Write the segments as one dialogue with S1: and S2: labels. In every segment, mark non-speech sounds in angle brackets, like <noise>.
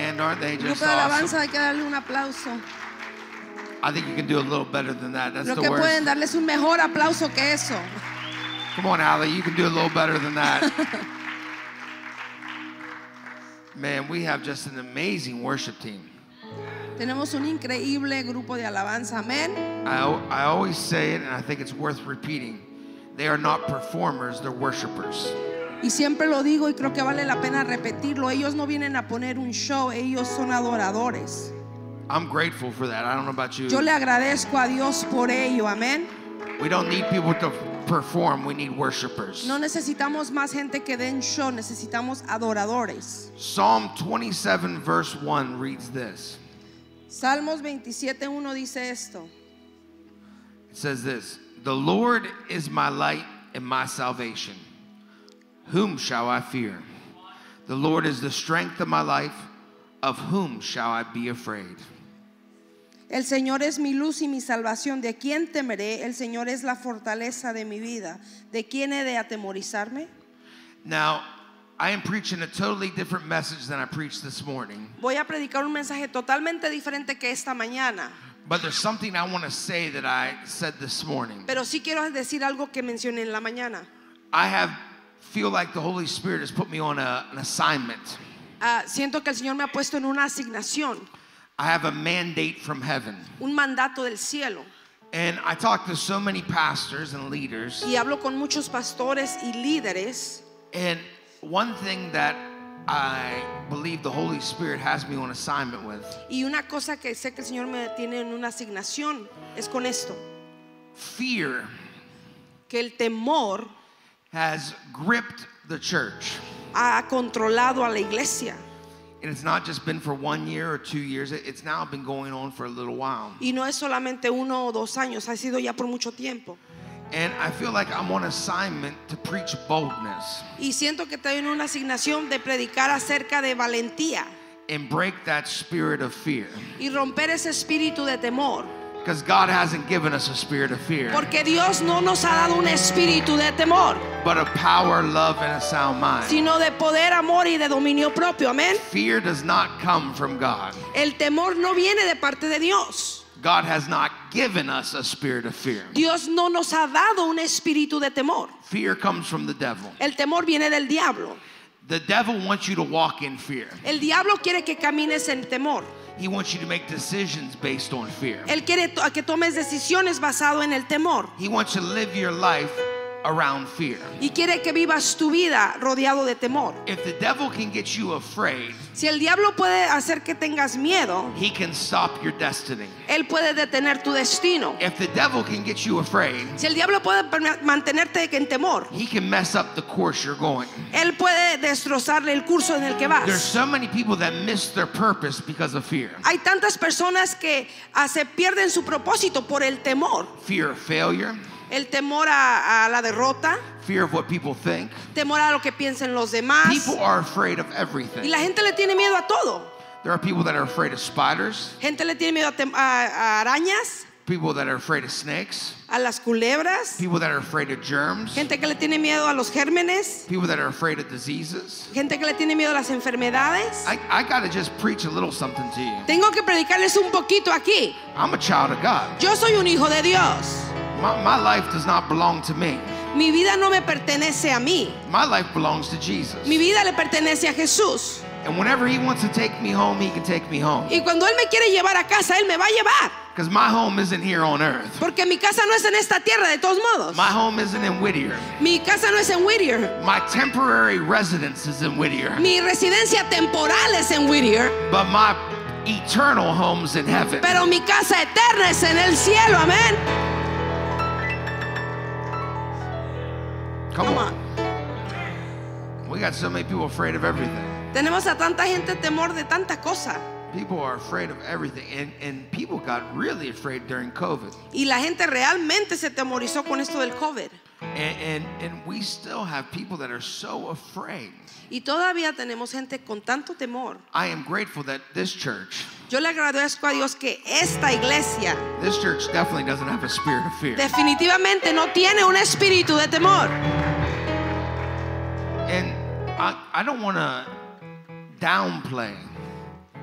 S1: aren't they just
S2: Grupo de
S1: awesome?
S2: alabanza hay que darle un aplauso.
S1: I think you can do a little better than that. That's
S2: Lo
S1: the
S2: que
S1: worst.
S2: pueden darles un mejor aplauso que eso.
S1: Come on, Allie, you can do a little better than that.
S2: <laughs>
S1: Man, we have just an amazing worship team.
S2: Tenemos un increíble grupo de alabanza. Amén.
S1: I, al- I always say it, and I think it's worth repeating. They are not performers, they're worshipers.
S2: Y siempre lo digo y creo que vale la pena repetirlo. Ellos no vienen a poner un show, ellos son adoradores.
S1: I'm grateful for that. I don't know about you.
S2: Yo le agradezco a Dios por ello. Amén.
S1: We don't need people to perform, we need worshipers.
S2: No necesitamos más gente que den show, necesitamos adoradores.
S1: Psalm 27, verse 1 reads this
S2: Salmos 27.1 dice esto.
S1: It says this The Lord is my light and my salvation. Whom shall I fear? The Lord is the strength of my life. Of whom shall I be afraid?
S2: El Señor es mi luz y mi salvación. ¿De quién temeré? El Señor es la fortaleza de mi vida. ¿De quién he de atemorizarme?
S1: Now, I am preaching a totally different message than I preached this morning,
S2: Voy a predicar un mensaje totalmente diferente que esta mañana,
S1: but there's something I want to say that I said this morning.
S2: pero sí quiero decir algo que mencioné en la mañana.
S1: I have feel like the Holy Spirit has put me on a, an assignment.
S2: Ah, siento que el Señor me ha puesto en una asignación,
S1: I have a mandate from heaven.
S2: un mandato del cielo.
S1: And I talk to so many pastors and leaders
S2: Y hablo con muchos pastores y líderes.
S1: And one thing that I believe the Holy Spirit has me on assignment with
S2: Y una cosa que sé que el Señor me tiene en una asignación es con esto,
S1: fear
S2: que el temor
S1: has gripped the church.
S2: ha controlado a la iglesia.
S1: And it's not just been for one year or two years, it- it's now been going on for a little while.
S2: Y no es solamente uno o dos años, ha sido ya por mucho tiempo.
S1: And I feel like I'm on assignment to preach boldness
S2: Y siento que tengo una asignación de predicar acerca de valentía
S1: and break that spirit of fear.
S2: y romper ese espíritu de temor.
S1: Because God hasn't given us a spirit of fear,
S2: Porque Dios no nos ha dado un espíritu de temor,
S1: but a power, love, and a sound mind.
S2: sino de poder, amor y de dominio propio. Amén.
S1: Fear does not come from God.
S2: El temor no viene de parte de Dios.
S1: God has not given us a spirit of fear.
S2: Dios no nos ha dado un espíritu de temor.
S1: Fear comes from the devil.
S2: El temor viene del diablo.
S1: The devil wants you to walk in fear.
S2: El diablo quiere que camines en temor.
S1: He wants you to make decisions based on fear.
S2: Él quiere to- que tomes decisiones basado en el temor.
S1: He wants you to live your life around fear.
S2: y quiere que vivas tu vida rodeado de temor.
S1: If the devil can get you afraid,
S2: Si el diablo puede hacer que tengas miedo,
S1: he can stop your destiny.
S2: él puede detener tu destino.
S1: If the devil can get you afraid,
S2: Si el diablo puede perma- mantenerte en temor,
S1: he can mess up the course you're going.
S2: él puede destrozarle el curso en el que
S1: There's
S2: vas.
S1: so many people that miss their purpose because of fear.
S2: Hay tantas personas que ah, se pierden su propósito por el temor.
S1: Fear of failure,
S2: El temor a, a la derrota,
S1: fear of what people think.
S2: temor a lo que piensen los demás.
S1: People are afraid of
S2: Y
S1: everything.
S2: la gente le tiene miedo a todo.
S1: There are people that are afraid of spiders,
S2: Gente le tiene miedo a tem- a- a arañas,
S1: people that are afraid of snakes.
S2: a las culebras.
S1: People that are afraid of germs.
S2: Gente que le tiene miedo a los gérmenes.
S1: People that are afraid of diseases.
S2: Gente que le tiene miedo a las enfermedades.
S1: I, I gotta just preach a little something to you.
S2: Tengo que predicarles un poquito aquí.
S1: I'm a child of God.
S2: Yo soy un hijo de Dios.
S1: My, my life does not belong to me.
S2: Mi vida no me pertenece a mí.
S1: My life belongs to Jesus.
S2: Mi vida le pertenece a Jesús.
S1: And whenever He wants to take me home, He can take me home.
S2: Y cuando Él me quiere llevar a casa, Él me va a llevar.
S1: Because my home isn't here on earth.
S2: Porque mi casa no es en esta tierra, de todos modos.
S1: My home isn't in Whittier.
S2: Mi casa no es en Whittier.
S1: My temporary residence is in Whittier.
S2: Mi residencia temporal es en Whittier.
S1: But my eternal home's in heaven.
S2: Pero mi casa eterna es en el cielo. Amén.
S1: Come
S2: Come
S1: on. We got so many people afraid of everything.
S2: Tenemos a tanta gente temor de tanta cosa.
S1: People are afraid of everything, and, and people got really afraid during COVID.
S2: Y la gente realmente se temorizó con esto del COVID.
S1: And, and, and we still have people that are so afraid.
S2: Y todavía tenemos gente con tanto temor.
S1: I am grateful that this church,
S2: Yo le agradezco a Dios que esta iglesia
S1: this church definitely doesn't have a spirit of fear.
S2: definitivamente no tiene un espíritu de temor.
S1: And I, I don't want to downplay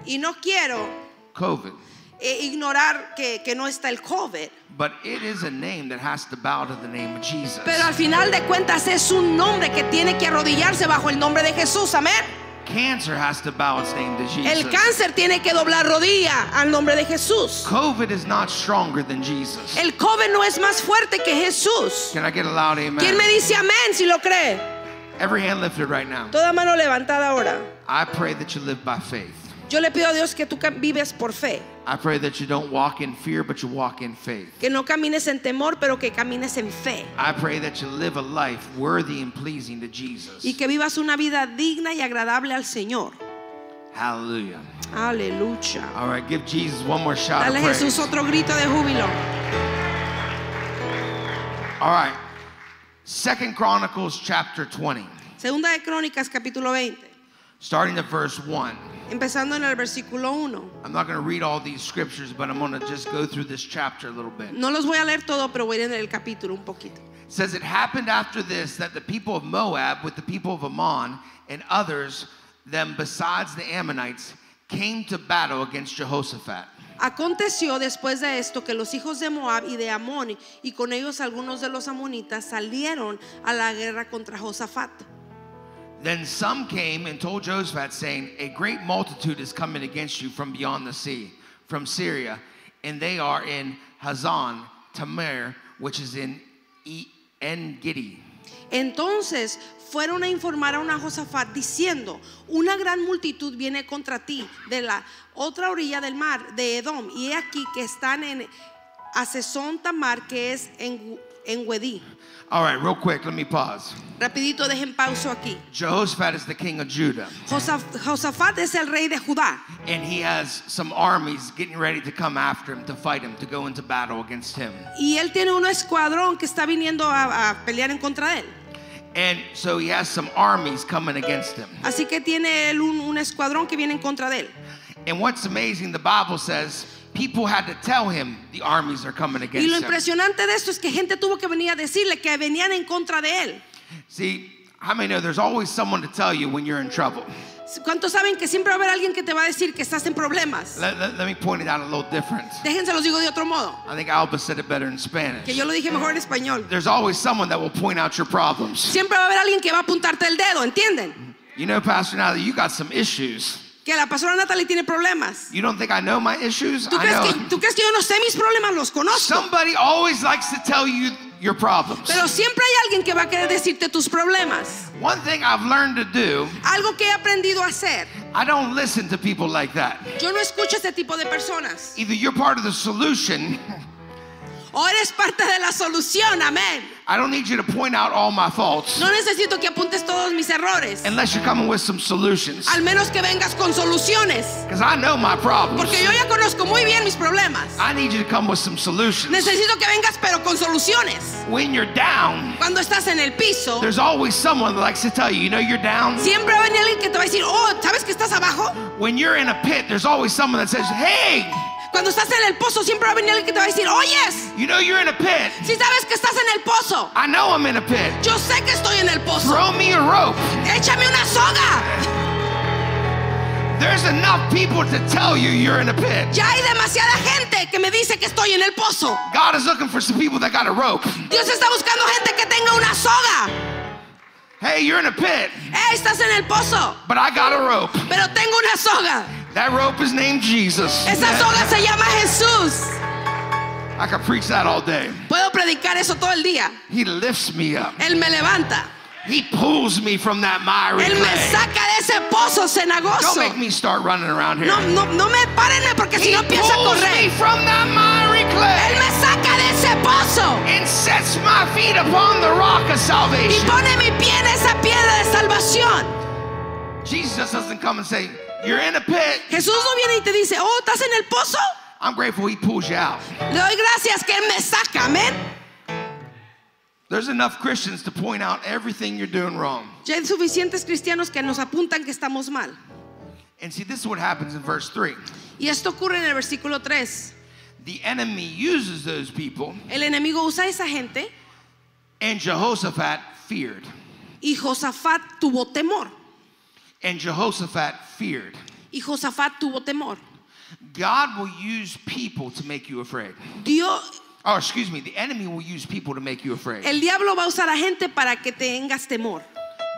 S2: Y no quiero
S1: COVID.
S2: eh, ignorar que, que no está el COVID.
S1: But it is a name that has to bow to the name of Jesus.
S2: Pero al final de cuentas es un nombre que tiene que arrodillarse bajo el nombre de Jesús. Amén.
S1: Cancer has to bow its name to Jesus.
S2: El cáncer tiene que doblar rodilla al nombre de Jesús.
S1: COVID is not stronger than Jesus.
S2: El COVID no es más fuerte que Jesús.
S1: Can I get a loud amen?
S2: ¿Quién me dice amén si lo cree?
S1: Every hand lifted right now.
S2: Toda mano levantada ahora.
S1: I pray that you live by faith.
S2: Yo le pido a Dios que tú cam- vives por fe,
S1: I pray that you don't walk in fear, but you walk in faith.
S2: que no camines en temor, pero que camines en fe
S1: I pray that you live a life worthy and pleasing to Jesus.
S2: y que vivas una vida digna y agradable al Señor.
S1: Hallelujah.
S2: Aleluya.
S1: All right, give Jesus one more shout
S2: Dale
S1: of
S2: a
S1: praise.
S2: Jesús otro grito de júbilo.
S1: All right. Second Chronicles chapter 20,
S2: Segunda de Crónicas capítulo 20,
S1: starting at verse 1.
S2: empezando en el versículo 1.
S1: I'm not going to read all these scriptures, but I'm going to just go through this chapter a little bit. It
S2: No los voy a leer todo, pero voy a leer el capítulo un poquito.
S1: says, It happened after this that the people of Moab, with the people of Ammon and others, them besides the Ammonites, came to battle against Jehoshaphat.
S2: Aconteció después de esto que los hijos de Moab y de Amón y con ellos algunos de los amonitas salieron a la guerra contra Josafat.
S1: Then some came and told Jehoshaphat, saying, A great multitude is coming against you from beyond the sea, from Syria, and they are in Hazan Tamar, which is in E- En-Gedi.
S2: Entonces fueron a informar a una Josafat diciendo, una gran multitud viene contra ti de la otra orilla del mar de Edom y he aquí que están en Asesón Tamar que es en, Gu- en Wedí.
S1: All right, real quick, let me pause.
S2: Rapidito dejen pauso aquí.
S1: Jehoshaphat is the king of Judah.
S2: Josaf- Josafat es el rey de Judá.
S1: and he has some armies getting ready to come after him to fight him to go into battle against him
S2: Y él tiene un escuadrón que está viniendo a, a pelear en contra de él.
S1: and so he has some armies coming against him
S2: Así que tiene él un, un escuadrón que viene en contra de él.
S1: and what's amazing the bible says people had to tell him the armies are coming
S2: Y lo
S1: against him
S2: impresionante de esto es que gente tuvo que venir a decirle que venían en contra de él.
S1: see how many know there's always someone to tell you when you're in trouble
S2: ¿Cuántos saben que siempre va a haber alguien que te va a decir que estás en problemas?
S1: let, let- let me point it out a little different
S2: Déjense los digo de otro modo,
S1: i think alba said it better in
S2: que
S1: spanish
S2: yo lo dije mejor en español.
S1: there's always someone that will point out your problems
S2: Siempre va a haber alguien que va a apuntarte el dedo, ¿entienden?
S1: you know pastor now you got some issues
S2: Que la pastora Natalie tiene problemas.
S1: you don't think i know my issues
S2: ¿Tú
S1: i
S2: crees,
S1: know
S2: que, tú crees que yo no sé mis problemas? Los conozco.
S1: Somebody always likes to tell you your problems.
S2: Pero siempre hay alguien que va a querer decirte tus problemas.
S1: One thing I've learned to do,
S2: Algo que he aprendido a hacer.
S1: I don't listen to people like that.
S2: Yo no escucho a este tipo de personas.
S1: Either you're part of the solution,
S2: O eres parte de la solución, amén.
S1: I don't need you to point out all my faults
S2: No necesito que apuntes todos mis errores.
S1: unless you're coming with some solutions.
S2: Al menos que vengas con soluciones.
S1: Because I know my problems.
S2: Porque yo ya conozco muy bien mis problemas.
S1: I need you to come with some solutions.
S2: Necesito que vengas, pero con soluciones.
S1: When you're down,
S2: Cuando estás en el piso,
S1: there's always someone that likes to tell you, you know, you're down.
S2: siempre va a venir alguien que te va a decir, oh, ¿sabes que estás abajo?
S1: When you're in a pit, there's always someone that says, hey,
S2: Cuando estás en el pozo, siempre va a venir alguien que te va a decir, oyes,
S1: you know, you're in a pit.
S2: si sabes que estás en el pozo,
S1: I know I'm in a pit.
S2: yo sé que estoy en el pozo.
S1: Throw me a rope.
S2: Échame una soga.
S1: There's enough people to tell you you're in a pit.
S2: Ya hay demasiada gente que me dice que estoy en el pozo.
S1: God is looking for some people that got a rope.
S2: Dios está buscando gente que tenga una soga.
S1: Hey, you're in a pit,
S2: Eh, estás en el pozo,
S1: but I got a rope.
S2: pero tengo una soga.
S1: That rope is named Jesus.
S2: Esa soga se llama Jesús.
S1: I could preach that all day.
S2: Puedo predicar eso todo el día.
S1: He lifts me up.
S2: Él me levanta.
S1: He pulls me from that miry
S2: Él me
S1: clay.
S2: saca de ese pozo
S1: Don't
S2: cenagoso.
S1: make me start running around here.
S2: No, no, no me párenme porque si
S1: He
S2: no
S1: pulls
S2: empieza a
S1: me
S2: correr.
S1: from that miry
S2: Él
S1: clay
S2: me saca de ese pozo
S1: and sets my feet upon the rock of
S2: y
S1: salvation.
S2: pone mi pie en esa piedra de salvación.
S1: Jesus doesn't come and say, "You're in a pit."
S2: Jesús no viene y te dice, oh, ¿estás en el pozo?
S1: I'm grateful He pulls you out.
S2: Le doy gracias que Él me saca, amén.
S1: There's enough Christians to point out everything you're doing wrong.
S2: Ya hay suficientes cristianos que nos apuntan que estamos mal.
S1: And see, this is what happens in verse 3.
S2: Y esto ocurre en el versículo 3.
S1: The enemy uses those people,
S2: El enemigo usa a esa gente
S1: and Jehoshaphat feared.
S2: y Josafat tuvo temor.
S1: And Jehoshaphat feared.
S2: Y Josafat tuvo temor.
S1: God will use people to make you afraid.
S2: Dios,
S1: Oh, excuse me, the enemy will use people to make you afraid.
S2: el diablo va a usar a gente para que tengas temor.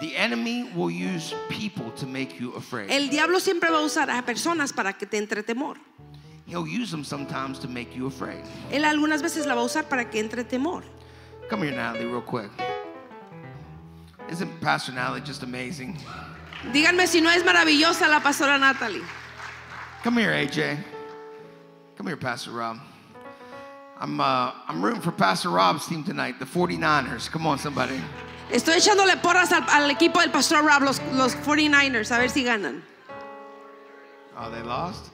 S1: The enemy will use people to make you afraid.
S2: El diablo siempre va a usar a personas para que te entre temor.
S1: He'll use them sometimes to make you afraid.
S2: Él algunas veces la va a usar para que entre temor.
S1: Come here, Natalie, real quick. Isn't Pastor Natalie just amazing?
S2: Díganme si no es maravillosa la pastora Natalie.
S1: Come here, AJ. Come here, Pastor Rob. I'm, uh, I'm rooting for Pastor Rob's team tonight, the 49ers. Come on, somebody.
S2: Estoy echándole porras al, al equipo del pastor Rob, los, los 49ers, a ver si ganan. <laughs>
S1: Oh, they lost?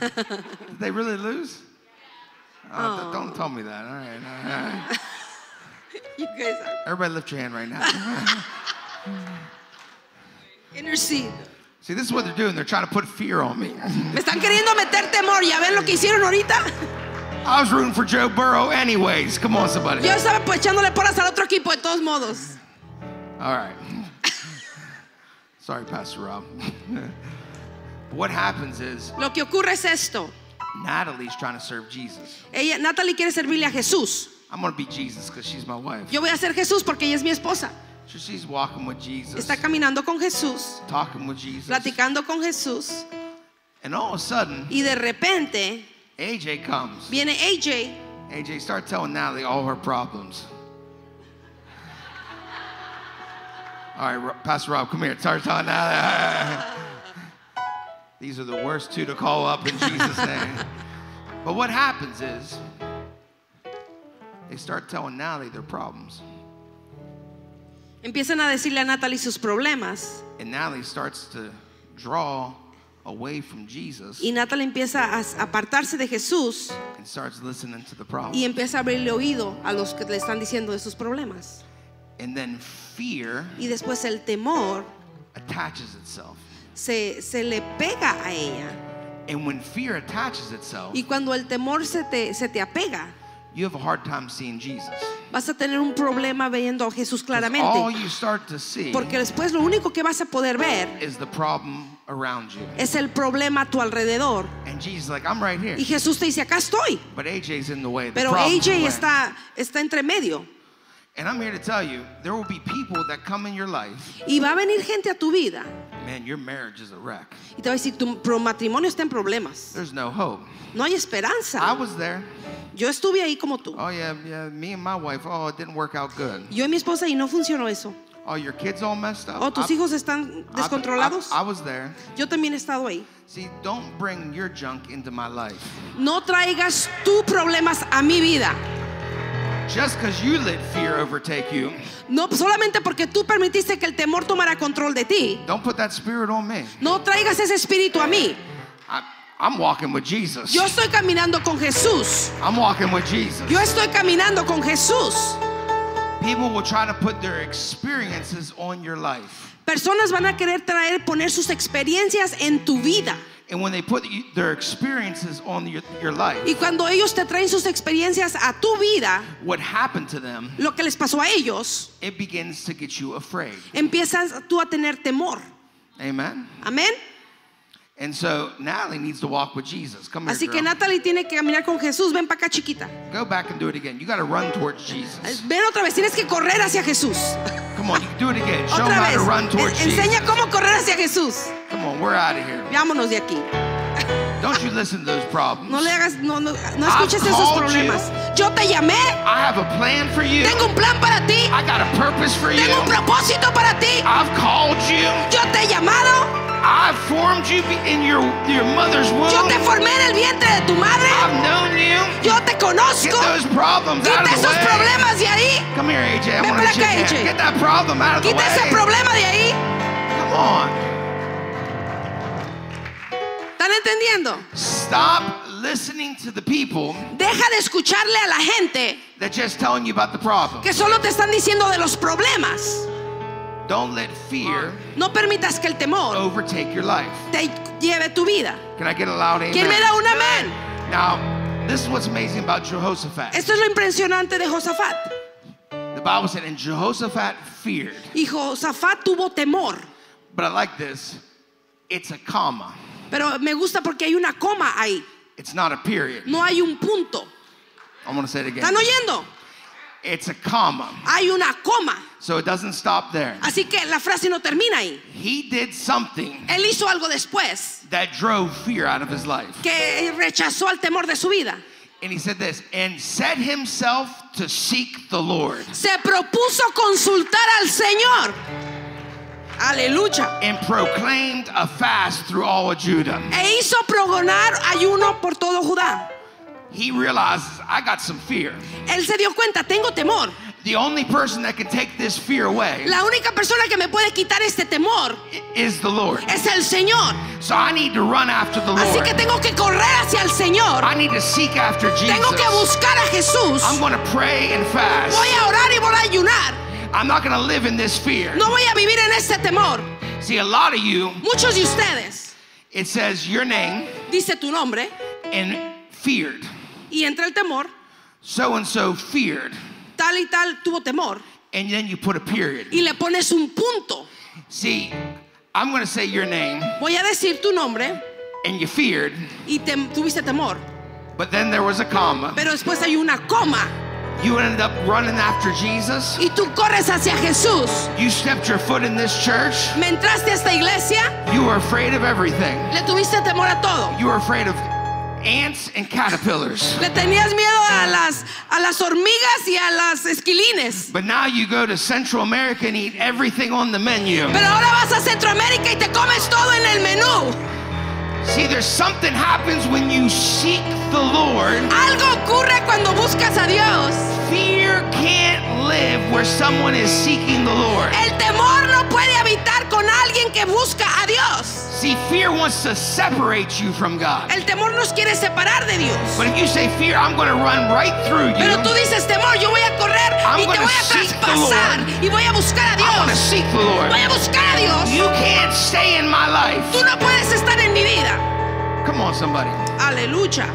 S1: Did they really lose? Oh, d- Don't tell me that. All right. All right.
S2: You guys are
S1: Everybody lift your hand right now.
S2: intercede.
S1: See, this is what they're doing. They're trying to put fear on me. <laughs>
S2: Me están queriendo meter temor, ¿ya ven lo que hicieron ahorita? <laughs>
S1: I was rooting for Joe Burrow anyways. Come on, somebody.
S2: Yo estaba pues echándole porras al otro equipo de todos modos.
S1: All right. <laughs> Sorry, Pastor Rob. <laughs> what happens is
S2: Lo que ocurre es esto.
S1: Natalie's trying to serve Jesus.
S2: Ella, Natalie quiere servirle a Jesús.
S1: I'm going to be Jesus because she's my wife.
S2: Yo voy a ser Jesús porque ella es mi esposa.
S1: So she's walking with Jesus,
S2: Está caminando con Jesús,
S1: talking with Jesus.
S2: platicando con Jesús
S1: And all of a sudden,
S2: y de repente
S1: AJ comes.
S2: viene AJ.
S1: AJ, start telling Natalie all her problems. All right, Ro- Pastor Rob, come here. Start telling Natalie. <laughs> These are the worst two to call up in Jesus' name. But what happens is they start telling Natalie their problems.
S2: Empiezan a decirle a Natalie sus problemas
S1: And Natalie starts to draw away from Jesus
S2: y Natalie empieza a apartarse de Jesús
S1: and starts listening to the
S2: y
S1: problem.
S2: empieza a abrirle oído a los que le están diciendo de sus problemas.
S1: And then fear
S2: Y después el temor
S1: attaches itself.
S2: se, se le pega a ella.
S1: And when fear attaches itself,
S2: Y cuando el temor se te, se te apega,
S1: you have a hard time seeing Jesus. 'Cause
S2: vas a tener un problema viendo a Jesús
S1: All
S2: claramente.
S1: you start to see
S2: Porque después lo único que vas a poder ver
S1: is the problem around you.
S2: es el problema a tu alrededor.
S1: And Jesus is like, I'm right here.
S2: Y Jesús te dice, acá estoy.
S1: But AJ's in the way. The
S2: Pero
S1: problem's in the
S2: AJ
S1: way.
S2: está, está entre medio.
S1: And I'm here to tell you, there will be people that come in your life,
S2: Y va a venir gente a tu vida
S1: man, your marriage is a wreck.
S2: y te va a decir, tu pro- matrimonio está en problemas.
S1: There's no hope.
S2: No hay
S1: I
S2: esperanza.
S1: was there.
S2: Yo estuve ahí como tú.
S1: Oh yeah, yeah. Me and my wife. Oh, it didn't work out good.
S2: Yo y mi esposa y no funcionó eso.
S1: Oh, your kids all messed up.
S2: O Oh, tus
S1: I-
S2: hijos están
S1: I-
S2: descontrolados.
S1: I, I was there.
S2: Yo también he estado ahí.
S1: See, don't bring your junk into my life.
S2: No traigas tus problemas a mi vida.
S1: Just because you let fear overtake you,
S2: No solamente porque tú permitiste que el temor tomara control de ti.
S1: don't put that spirit on me.
S2: No traigas ese espíritu a mí.
S1: I, I'm walking with Jesus.
S2: Yo estoy caminando con Jesús.
S1: I'm walking with Jesus.
S2: Yo estoy caminando con Jesús.
S1: People will try to put their experiences on your life.
S2: Personas van a querer traer, poner sus experiencias en tu vida.
S1: And when they put you- their experiences on your, your life,
S2: Y cuando ellos te traen sus experiencias a tu vida,
S1: what happened to them,
S2: lo que les pasó a ellos,
S1: it begins to get you afraid.
S2: empiezas tú a tener temor.
S1: Amen?
S2: Amén.
S1: And so Natalie needs to walk with Jesus. Come here,
S2: Así que
S1: girl.
S2: Natalie tiene que caminar con Jesús. Ven para acá, chiquita.
S1: Go back and do it again. You got to run towards Jesus.
S2: Ven otra vez. Tienes que correr hacia Jesús.
S1: Come on, you can do it again. Show them
S2: Otra
S1: how
S2: vez.
S1: to run towards
S2: En-
S1: Jesus.
S2: enseña cómo correr hacia Jesús.
S1: Come on, we're out of here.
S2: Vámonos de aquí.
S1: Don't you listen to those problems.
S2: No le hagas, no, no, no escuches esos
S1: called
S2: problemas. Yo te llamé.
S1: I have a plan for you.
S2: Tengo un plan para ti.
S1: I got a purpose for you.
S2: Tengo un propósito para ti.
S1: I've called you.
S2: Yo te he llamado.
S1: I've formed you be- in your, your mother's womb.
S2: Yo te formé en el vientre de tu madre.
S1: I've known you.
S2: Yo te
S1: Get
S2: conozco.
S1: those problems out
S2: Quita
S1: of the
S2: esos
S1: way.
S2: problemas de ahí.
S1: Come here, AJ. I
S2: Ven
S1: want to
S2: para acá, AJ.
S1: Get that problem out of the
S2: Quita ese
S1: way.
S2: problema de ahí.
S1: Come on.
S2: ¿Están entendiendo?
S1: Stop listening to the people
S2: Deja de escucharle a la gente
S1: that just telling you about the problem.
S2: que solo te están diciendo de los problemas.
S1: Don't let fear
S2: No permitas que el temor
S1: overtake your life.
S2: te lleve tu vida.
S1: Can I get a loud amen?
S2: ¿Quién me da un amén?
S1: Now, this is what's amazing about Jehoshaphat.
S2: Esto es lo impresionante de Josafat.
S1: The Bible said, and Jehoshaphat feared.
S2: Y Josafat tuvo temor.
S1: But I like this. It's a comma.
S2: Pero me gusta porque hay una coma ahí.
S1: It's not a period.
S2: No hay un punto.
S1: I'm gonna say it again.
S2: ¿Están oyendo?
S1: It's a comma.
S2: Hay una coma.
S1: So it doesn't stop there.
S2: Así que la frase no termina ahí.
S1: He did something
S2: Él hizo algo después
S1: that drove fear out of his life.
S2: que rechazó el temor de su vida.
S1: And he said this, and set himself to seek the Lord
S2: Se propuso consultar al Señor. Aleluya.
S1: and proclaimed a fast through all of Judah.
S2: E hizo progonar ayuno por todo Judá.
S1: He realizes, I got some fear.
S2: Él se dio cuenta, tengo temor.
S1: The only person that can take this fear away
S2: La única persona que me puede quitar este temor
S1: is the Lord.
S2: es el Señor.
S1: So I need to run after the
S2: Así que
S1: Lord.
S2: tengo que correr hacia el Señor.
S1: I need to seek after
S2: Tengo que
S1: Jesus.
S2: buscar a Jesús.
S1: I'm going to pray and fast.
S2: Voy a orar y voy a ayunar.
S1: I'm not going to live in this fear.
S2: No voy a vivir en este temor.
S1: See, a lot of you,
S2: Muchos de ustedes
S1: it says your name
S2: dice tu nombre
S1: and feared.
S2: y entra el temor.
S1: So and so feared.
S2: Tal y tal tuvo temor
S1: And then you put a period.
S2: y le pones un punto.
S1: See, I'm going to say your name
S2: Voy a decir tu nombre
S1: and you feared,
S2: y tem- tuviste temor.
S1: but then there was a comma.
S2: Pero después hay una coma
S1: You ended up running after Jesus.
S2: y tú corres hacia Jesús.
S1: You stepped your foot in this church.
S2: Me entraste a esta iglesia,
S1: You were afraid of everything.
S2: le tuviste temor a todo.
S1: You were afraid of ants and caterpillars.
S2: Le tenías miedo a las, a las hormigas y a las esquilines.
S1: But now you go to Central America and eat everything on the menu.
S2: Pero ahora vas a Centroamérica y te comes todo en el menú.
S1: See, there's something happens when you seek the Lord.
S2: Algo ocurre cuando buscas a Dios.
S1: Fear can't live where someone is seeking the Lord.
S2: El temor no puede habitar con alguien que busca a Dios.
S1: See, fear wants to separate you from God.
S2: El temor nos quiere separar de Dios.
S1: But if you say fear, I'm going to run right through
S2: Pero tú
S1: you.
S2: dices temor, yo voy a correr
S1: I'm
S2: y te
S1: gonna
S2: voy a
S1: seek the
S2: traspasar
S1: Lord.
S2: y voy a buscar a
S1: I'm going to
S2: Dios.
S1: seek the Lord.
S2: Voy a buscar a Dios.
S1: You can't stay in my
S2: Tú
S1: life.
S2: no puedes estar en mi vida.
S1: Come on, somebody.
S2: Aleluya.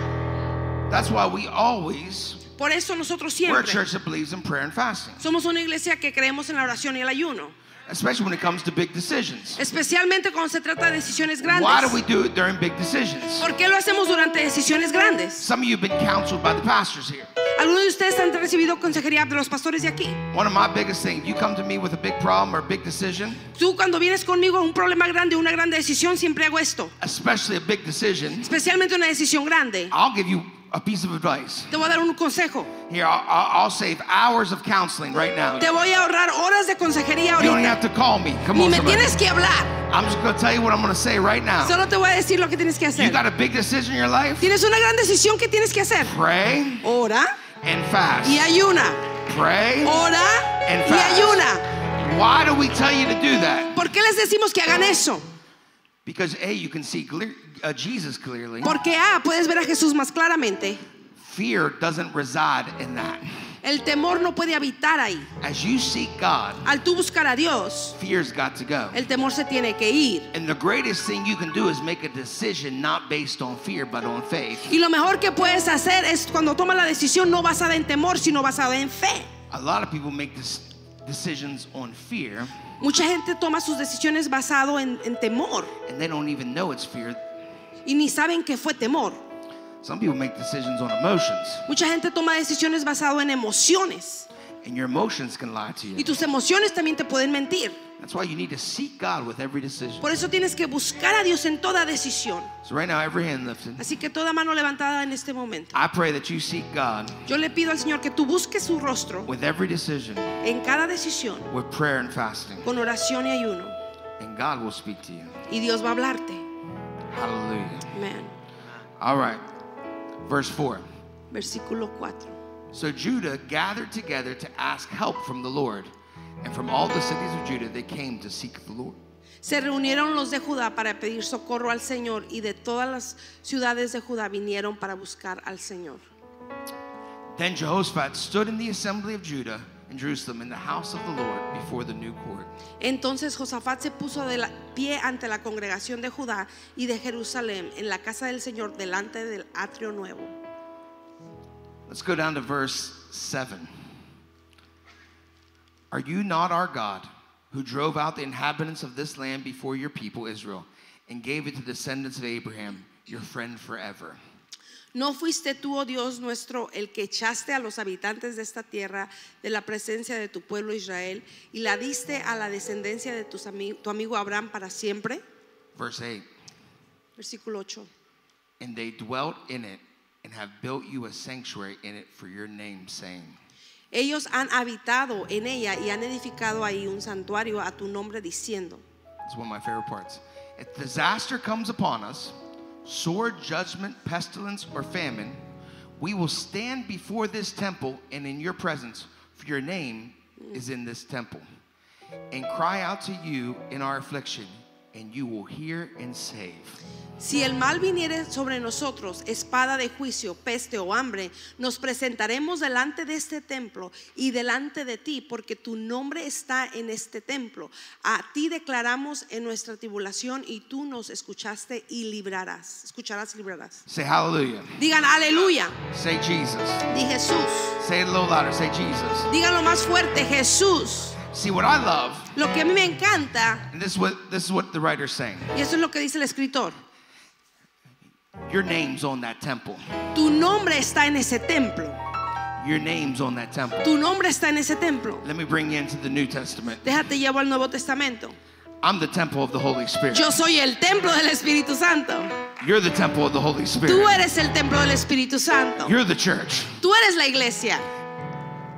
S1: That's why we always,
S2: Por eso nosotros
S1: we're a
S2: siempre
S1: church that believes in prayer and fasting,
S2: somos una iglesia que creemos en la oración y el ayuno,
S1: especially when it comes to big decisions.
S2: especialmente cuando se trata de decisiones
S1: Why do we
S2: grandes.
S1: do it during big decisions?
S2: ¿Por qué lo hacemos durante decisiones grandes?
S1: Some of you have been counseled by the pastors here.
S2: Algunos de ustedes han recibido consejería de los pastores de aquí.
S1: One of my biggest things, you come to me with a big problem or a big decision,
S2: Tú cuando vienes conmigo a un problema grande, una gran decisión, siempre hago esto,
S1: especially a big decision,
S2: especialmente una decisión grande.
S1: I'll give you a piece of advice.
S2: Te voy a dar un consejo.
S1: Here, I'll, I'll I'll save hours of counseling right now.
S2: Te voy a ahorrar horas de consejería
S1: You don't
S2: ahorita.
S1: have to call me. Come
S2: Ni
S1: on,
S2: me
S1: somebody.
S2: tienes que hablar.
S1: I'm just going to tell you what I'm going to say right now.
S2: Solo te voy a decir lo que tienes que
S1: You
S2: hacer.
S1: got a big decision in your life?
S2: Tienes una gran decisión que tienes que hacer.
S1: Pray
S2: Ora
S1: and
S2: y
S1: fast.
S2: ayuna.
S1: Pray
S2: Oh. Ora
S1: and
S2: y
S1: fast.
S2: ayuna.
S1: Why do we tell you to do that?
S2: ¿Por qué les decimos que hagan eso?
S1: Because A, you can see clear, uh, Jesus clearly.
S2: Porque ah, puedes ver a Jesús más claramente.
S1: Fear doesn't reside in that.
S2: El temor no puede habitar ahí.
S1: As you seek God,
S2: Al tú buscar a Dios,
S1: fear's got to go.
S2: el temor se tiene que ir.
S1: And the greatest thing you can do is make a decision not based on fear but on faith.
S2: Y lo mejor que puedes hacer es cuando tomas la decisión no basada en temor, sino basada en fe.
S1: A lot of people make this decisions on fear
S2: Mucha gente toma sus decisiones basado en- en temor.
S1: and they don't even know it's fear.
S2: y ni saben que fue temor.
S1: Some people make decisions on emotions
S2: Mucha gente toma decisiones basado en emociones
S1: and your emotions can lie to
S2: y
S1: you.
S2: tus emociones también te pueden mentir.
S1: That's why you need to seek God with every decision.
S2: Por eso tienes que buscar a Dios en toda decisión.
S1: So right now every hand lifted.
S2: Así que toda mano levantada en este momento.
S1: I pray that you seek God
S2: Yo le pido al Señor que tú busques su rostro
S1: with every decision
S2: en cada decisión
S1: with prayer and fasting
S2: con oración y ayuno
S1: and God will speak to you.
S2: y Dios va a hablarte.
S1: Hallelujah.
S2: Amén.
S1: All right. Verse 4.
S2: Versículo 4.
S1: So Judah gathered together to ask help from the Lord. And from all the cities of Judah, they came to seek the Lord.
S2: Se reunieron los de Judá para pedir socorro al Señor y de todas las ciudades de Judá vinieron para buscar al Señor.
S1: Then Jehoshaphat stood in the assembly of Judah in Jerusalem in the house of the Lord before the new court.
S2: Entonces Josafat se puso de la- pie ante la congregación de Judá y de Jerusalén en la casa del Señor delante del atrio nuevo.
S1: Let's go down to verse 7. Are you not our God, who drove out the inhabitants of this land before your people Israel, and gave it to the descendants of Abraham, your friend forever?
S2: ¿No fuiste tú, oh Dios nuestro, el que echaste a los habitantes de esta tierra de la presencia de tu pueblo Israel y la diste a la descendencia de tus ami- tu amigo Abraham para siempre?
S1: Verse 8
S2: Versículo 8.
S1: And they dwelt in it, and have built you a sanctuary in it for your name, saying,
S2: Ellos han habitado en ella y han edificado ahí un santuario a tu nombre diciendo,
S1: It's one of my favorite parts. If disaster comes upon us, sword, judgment, pestilence, or famine, we will stand before this temple and in your presence, for your name is in this temple, and cry out to you in our affliction, and you will hear and save.
S2: Si el mal viniere sobre nosotros, espada de juicio, peste o hambre, nos presentaremos delante de este templo y delante de ti, porque tu nombre está en este templo. A ti declaramos en nuestra tribulación y tú nos escuchaste y librarás. Escucharás y librarás.
S1: Say hallelujah.
S2: Digan aleluya.
S1: Say Jesus.
S2: Di Jesús.
S1: Say it a little louder. Say Jesus.
S2: Díganlo más fuerte, Jesús.
S1: See what I love,
S2: Lo que a mí me encanta,
S1: and this is what this is what the writer's saying.
S2: y eso es lo que dice el escritor,
S1: Your name's on that temple.
S2: tu nombre está en ese templo.
S1: Your name's on that temple.
S2: Tu nombre está en ese templo.
S1: Let me bring you into the New Testament.
S2: Déjate llevo al Nuevo Testamento.
S1: I'm the temple of the Holy Spirit.
S2: Yo soy el templo del Espíritu Santo.
S1: You're the temple of the Holy
S2: Tú
S1: Spirit.
S2: eres el templo del Espíritu Santo.
S1: You're the church.
S2: Tú eres la iglesia.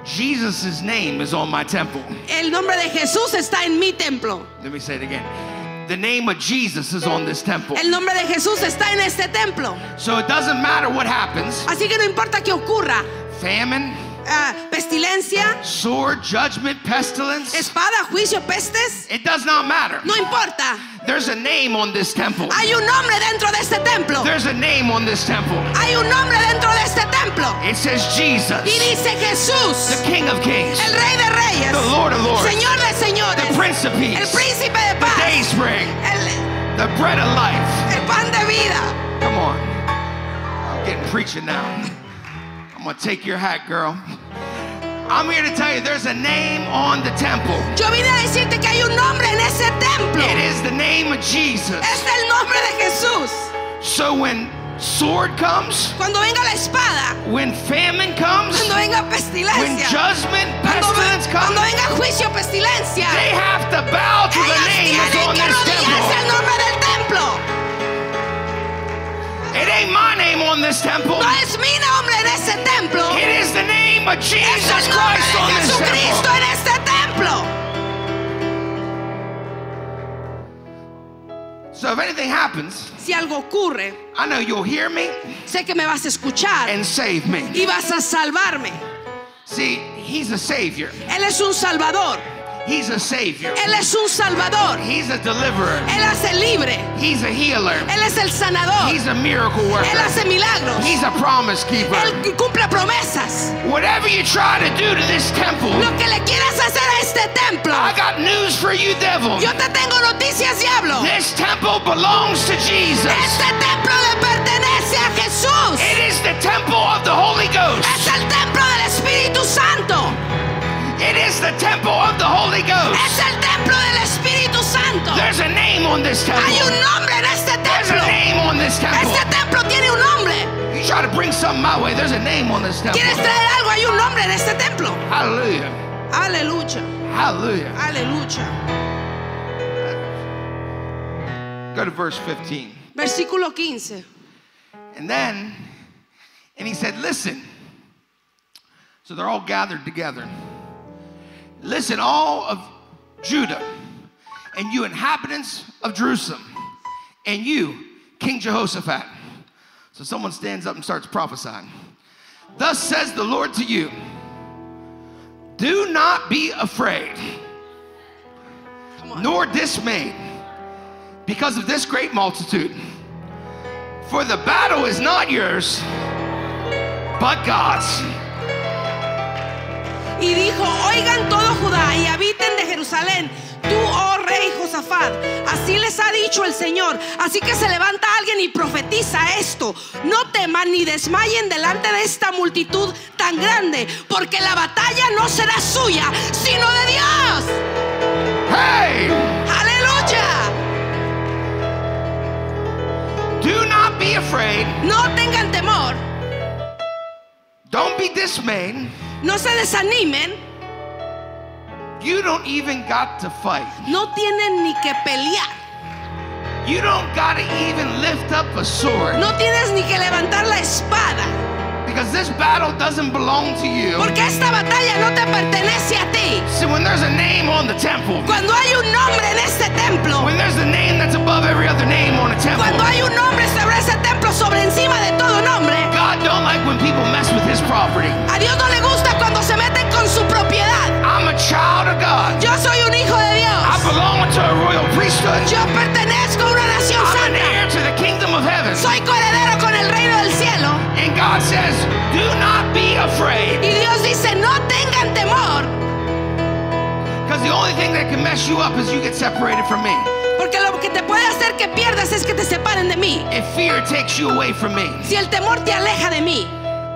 S1: Jesus' name is on my temple.
S2: El nombre de Jesús está en mi templo.
S1: Let me say it again. The name of Jesus is on this temple.
S2: El nombre de Jesús está en este templo.
S1: So it doesn't matter what happens
S2: Así que no importa que ocurra
S1: famine,
S2: ah, pestilencia,
S1: sword, judgment, pestilence.
S2: espada, juicio, pestes,
S1: It does not matter.
S2: no importa.
S1: There's a name on this temple.
S2: Hay un nombre dentro de este templo.
S1: There's a name on this temple.
S2: Hay un nombre dentro de este templo.
S1: It says
S2: Y
S1: Jesus,
S2: dice Jesús,
S1: the King of Kings,
S2: el Rey de Reyes,
S1: the Lord of Lords,
S2: Señor de
S1: the
S2: Señores,
S1: Prince of
S2: el
S1: Peace,
S2: Príncipe de
S1: the
S2: Paz,
S1: Day Spring,
S2: el,
S1: the Bread of Life.
S2: el Pan de Vida.
S1: Come on. I'm getting preaching now. I'm gonna take your hat, girl. I'm here to tell you there's a name on the temple.
S2: Yo vine a decirte que hay un nombre en ese templo.
S1: It is the name of Jesus.
S2: Es el nombre de Jesús.
S1: So when sword comes,
S2: Cuando venga la espada,
S1: when famine comes,
S2: cuando venga
S1: when
S2: pestilencia,
S1: judgment,
S2: cuando,
S1: pestilence
S2: cuando
S1: comes,
S2: venga juicio, pestilencia,
S1: they have to bow to the
S2: ellos
S1: name that's
S2: tienen
S1: on
S2: que
S1: this
S2: arrodillarse al
S1: temple.
S2: nombre del templo.
S1: It ain't my name on this temple.
S2: No es mi nombre en ese templo.
S1: It is the name of
S2: Es
S1: Jesus
S2: el nombre
S1: Christ on
S2: de
S1: this
S2: Jesucristo
S1: temple.
S2: en este templo.
S1: So if anything happens,
S2: Si algo ocurre,
S1: I know you'll hear me
S2: sé que me vas a escuchar
S1: and save me.
S2: y vas a salvarme.
S1: See, he's a savior.
S2: Él es un salvador.
S1: He's a savior.
S2: Él es un salvador.
S1: He's a deliverer.
S2: Él hace libre.
S1: He's a healer.
S2: Él es el sanador.
S1: He's a miracle
S2: Él
S1: worker.
S2: hace milagros.
S1: He's a promise keeper.
S2: Él cumple promesas.
S1: Whatever you try to do to this temple,
S2: Lo que le quieras hacer a este templo.
S1: I got news for you, devil.
S2: Yo te tengo noticias, diablo.
S1: This temple belongs to Jesus.
S2: Este templo le pertenece a
S1: It
S2: Jesús.
S1: is the temple of the Holy
S2: Es
S1: Ghost.
S2: el templo del Espíritu Santo.
S1: It is the temple of the Holy
S2: Es
S1: Ghost.
S2: el templo del Espíritu Santo.
S1: There's a name on this
S2: Hay
S1: temple.
S2: un nombre en este
S1: There's a
S2: templo.
S1: name on this temple.
S2: Este templo tiene un nombre.
S1: You try to bring something my way, there's a name on this temple.
S2: ¿Quieres traer algo? Hay un nombre en este templo.
S1: Hallelujah.
S2: Aleluya.
S1: Hallelujah.
S2: Aleluya.
S1: Go to verse 15.
S2: Versículo 15.
S1: And then, and he said, Listen. So they're all gathered together. Listen, all of Judah, and you inhabitants of Jerusalem, and you, King Jehoshaphat. So someone stands up and starts prophesying. Thus says the Lord to you Do not be afraid,
S2: Come on.
S1: nor dismayed, because of this great multitude. For the battle is not yours, but God's.
S2: Y dijo, oigan todo Judá y habiten de Jerusalén, tú, oh rey Jos- Josafat, así les ha dicho el Señor. Así que se levanta alguien y profetiza esto. No teman ni desmayen delante de esta multitud tan grande, porque la batalla no será suya, sino de Dios.
S1: Hey!
S2: Aleluya.
S1: Do not be afraid.
S2: No tengan temor,
S1: Don't be dismayed.
S2: no se desanimen,
S1: You don't even got to fight.
S2: no tienen ni que pelear,
S1: You don't got to even lift up a sword.
S2: no tienes ni que levantar la espada,
S1: Because this battle doesn't belong to you.
S2: porque esta batalla no te pertenece a ti.
S1: See, when there's a name on the temple,
S2: Cuando hay un nombre en este templo,
S1: when there's a name that's above every other name on a temple,
S2: cuando hay un nombre sobre ese templo, sobre encima de todo nombre,
S1: God don't like when people mess with his property.
S2: a Dios no le gusta cuando se meten con su propiedad.
S1: I'm a child of God.
S2: Yo soy un hijo
S1: I
S2: de Dios.
S1: belong to a royal priesthood.
S2: Yo pertenezco a una nación
S1: I'm an
S2: santa.
S1: heir to the kingdom of heaven.
S2: Soy coheredero con el reino del cielo.
S1: And God says, do not be afraid.
S2: Y Dios dice, no tengan temor,
S1: Because the only thing that can mess you up is you get separated from me.
S2: porque lo que te puede hacer que pierdas es que te separen de mí.
S1: If fear takes you away from me.
S2: Si el temor te aleja de mí.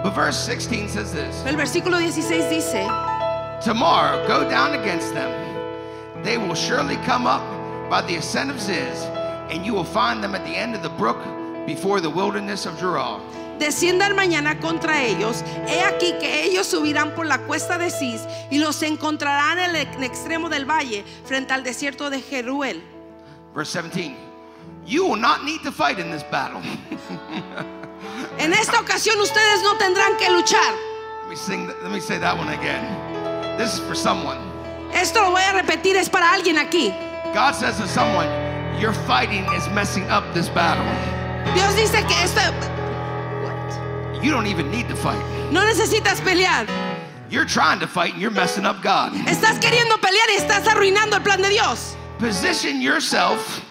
S1: But verse 16 says this.
S2: El versículo 16 dice,
S1: Tomorrow go down against them. They will surely come up by the ascent of Ziz, and you will find them at the end of the brook before the wilderness of Gerar.
S2: desciendan mañana contra ellos. He aquí que ellos subirán por la cuesta de Cis y los encontrarán en el en extremo del valle, frente al desierto de Jeruel.
S1: Verse 17. You will not need to fight in this battle. <laughs>
S2: En esta ocasión ustedes no tendrán que luchar.
S1: let me sing th- let me say that one again. This is for someone.
S2: Esto lo voy a repetir, es para alguien aquí.
S1: God says to someone, your fighting is messing up this battle.
S2: Dios dice que este, esto...
S1: You don't even need to fight.
S2: No necesitas pelear.
S1: You're trying to fight and you're messing up God.
S2: Estás queriendo pelear y estás arruinando el plan de Dios.
S1: Position yourself,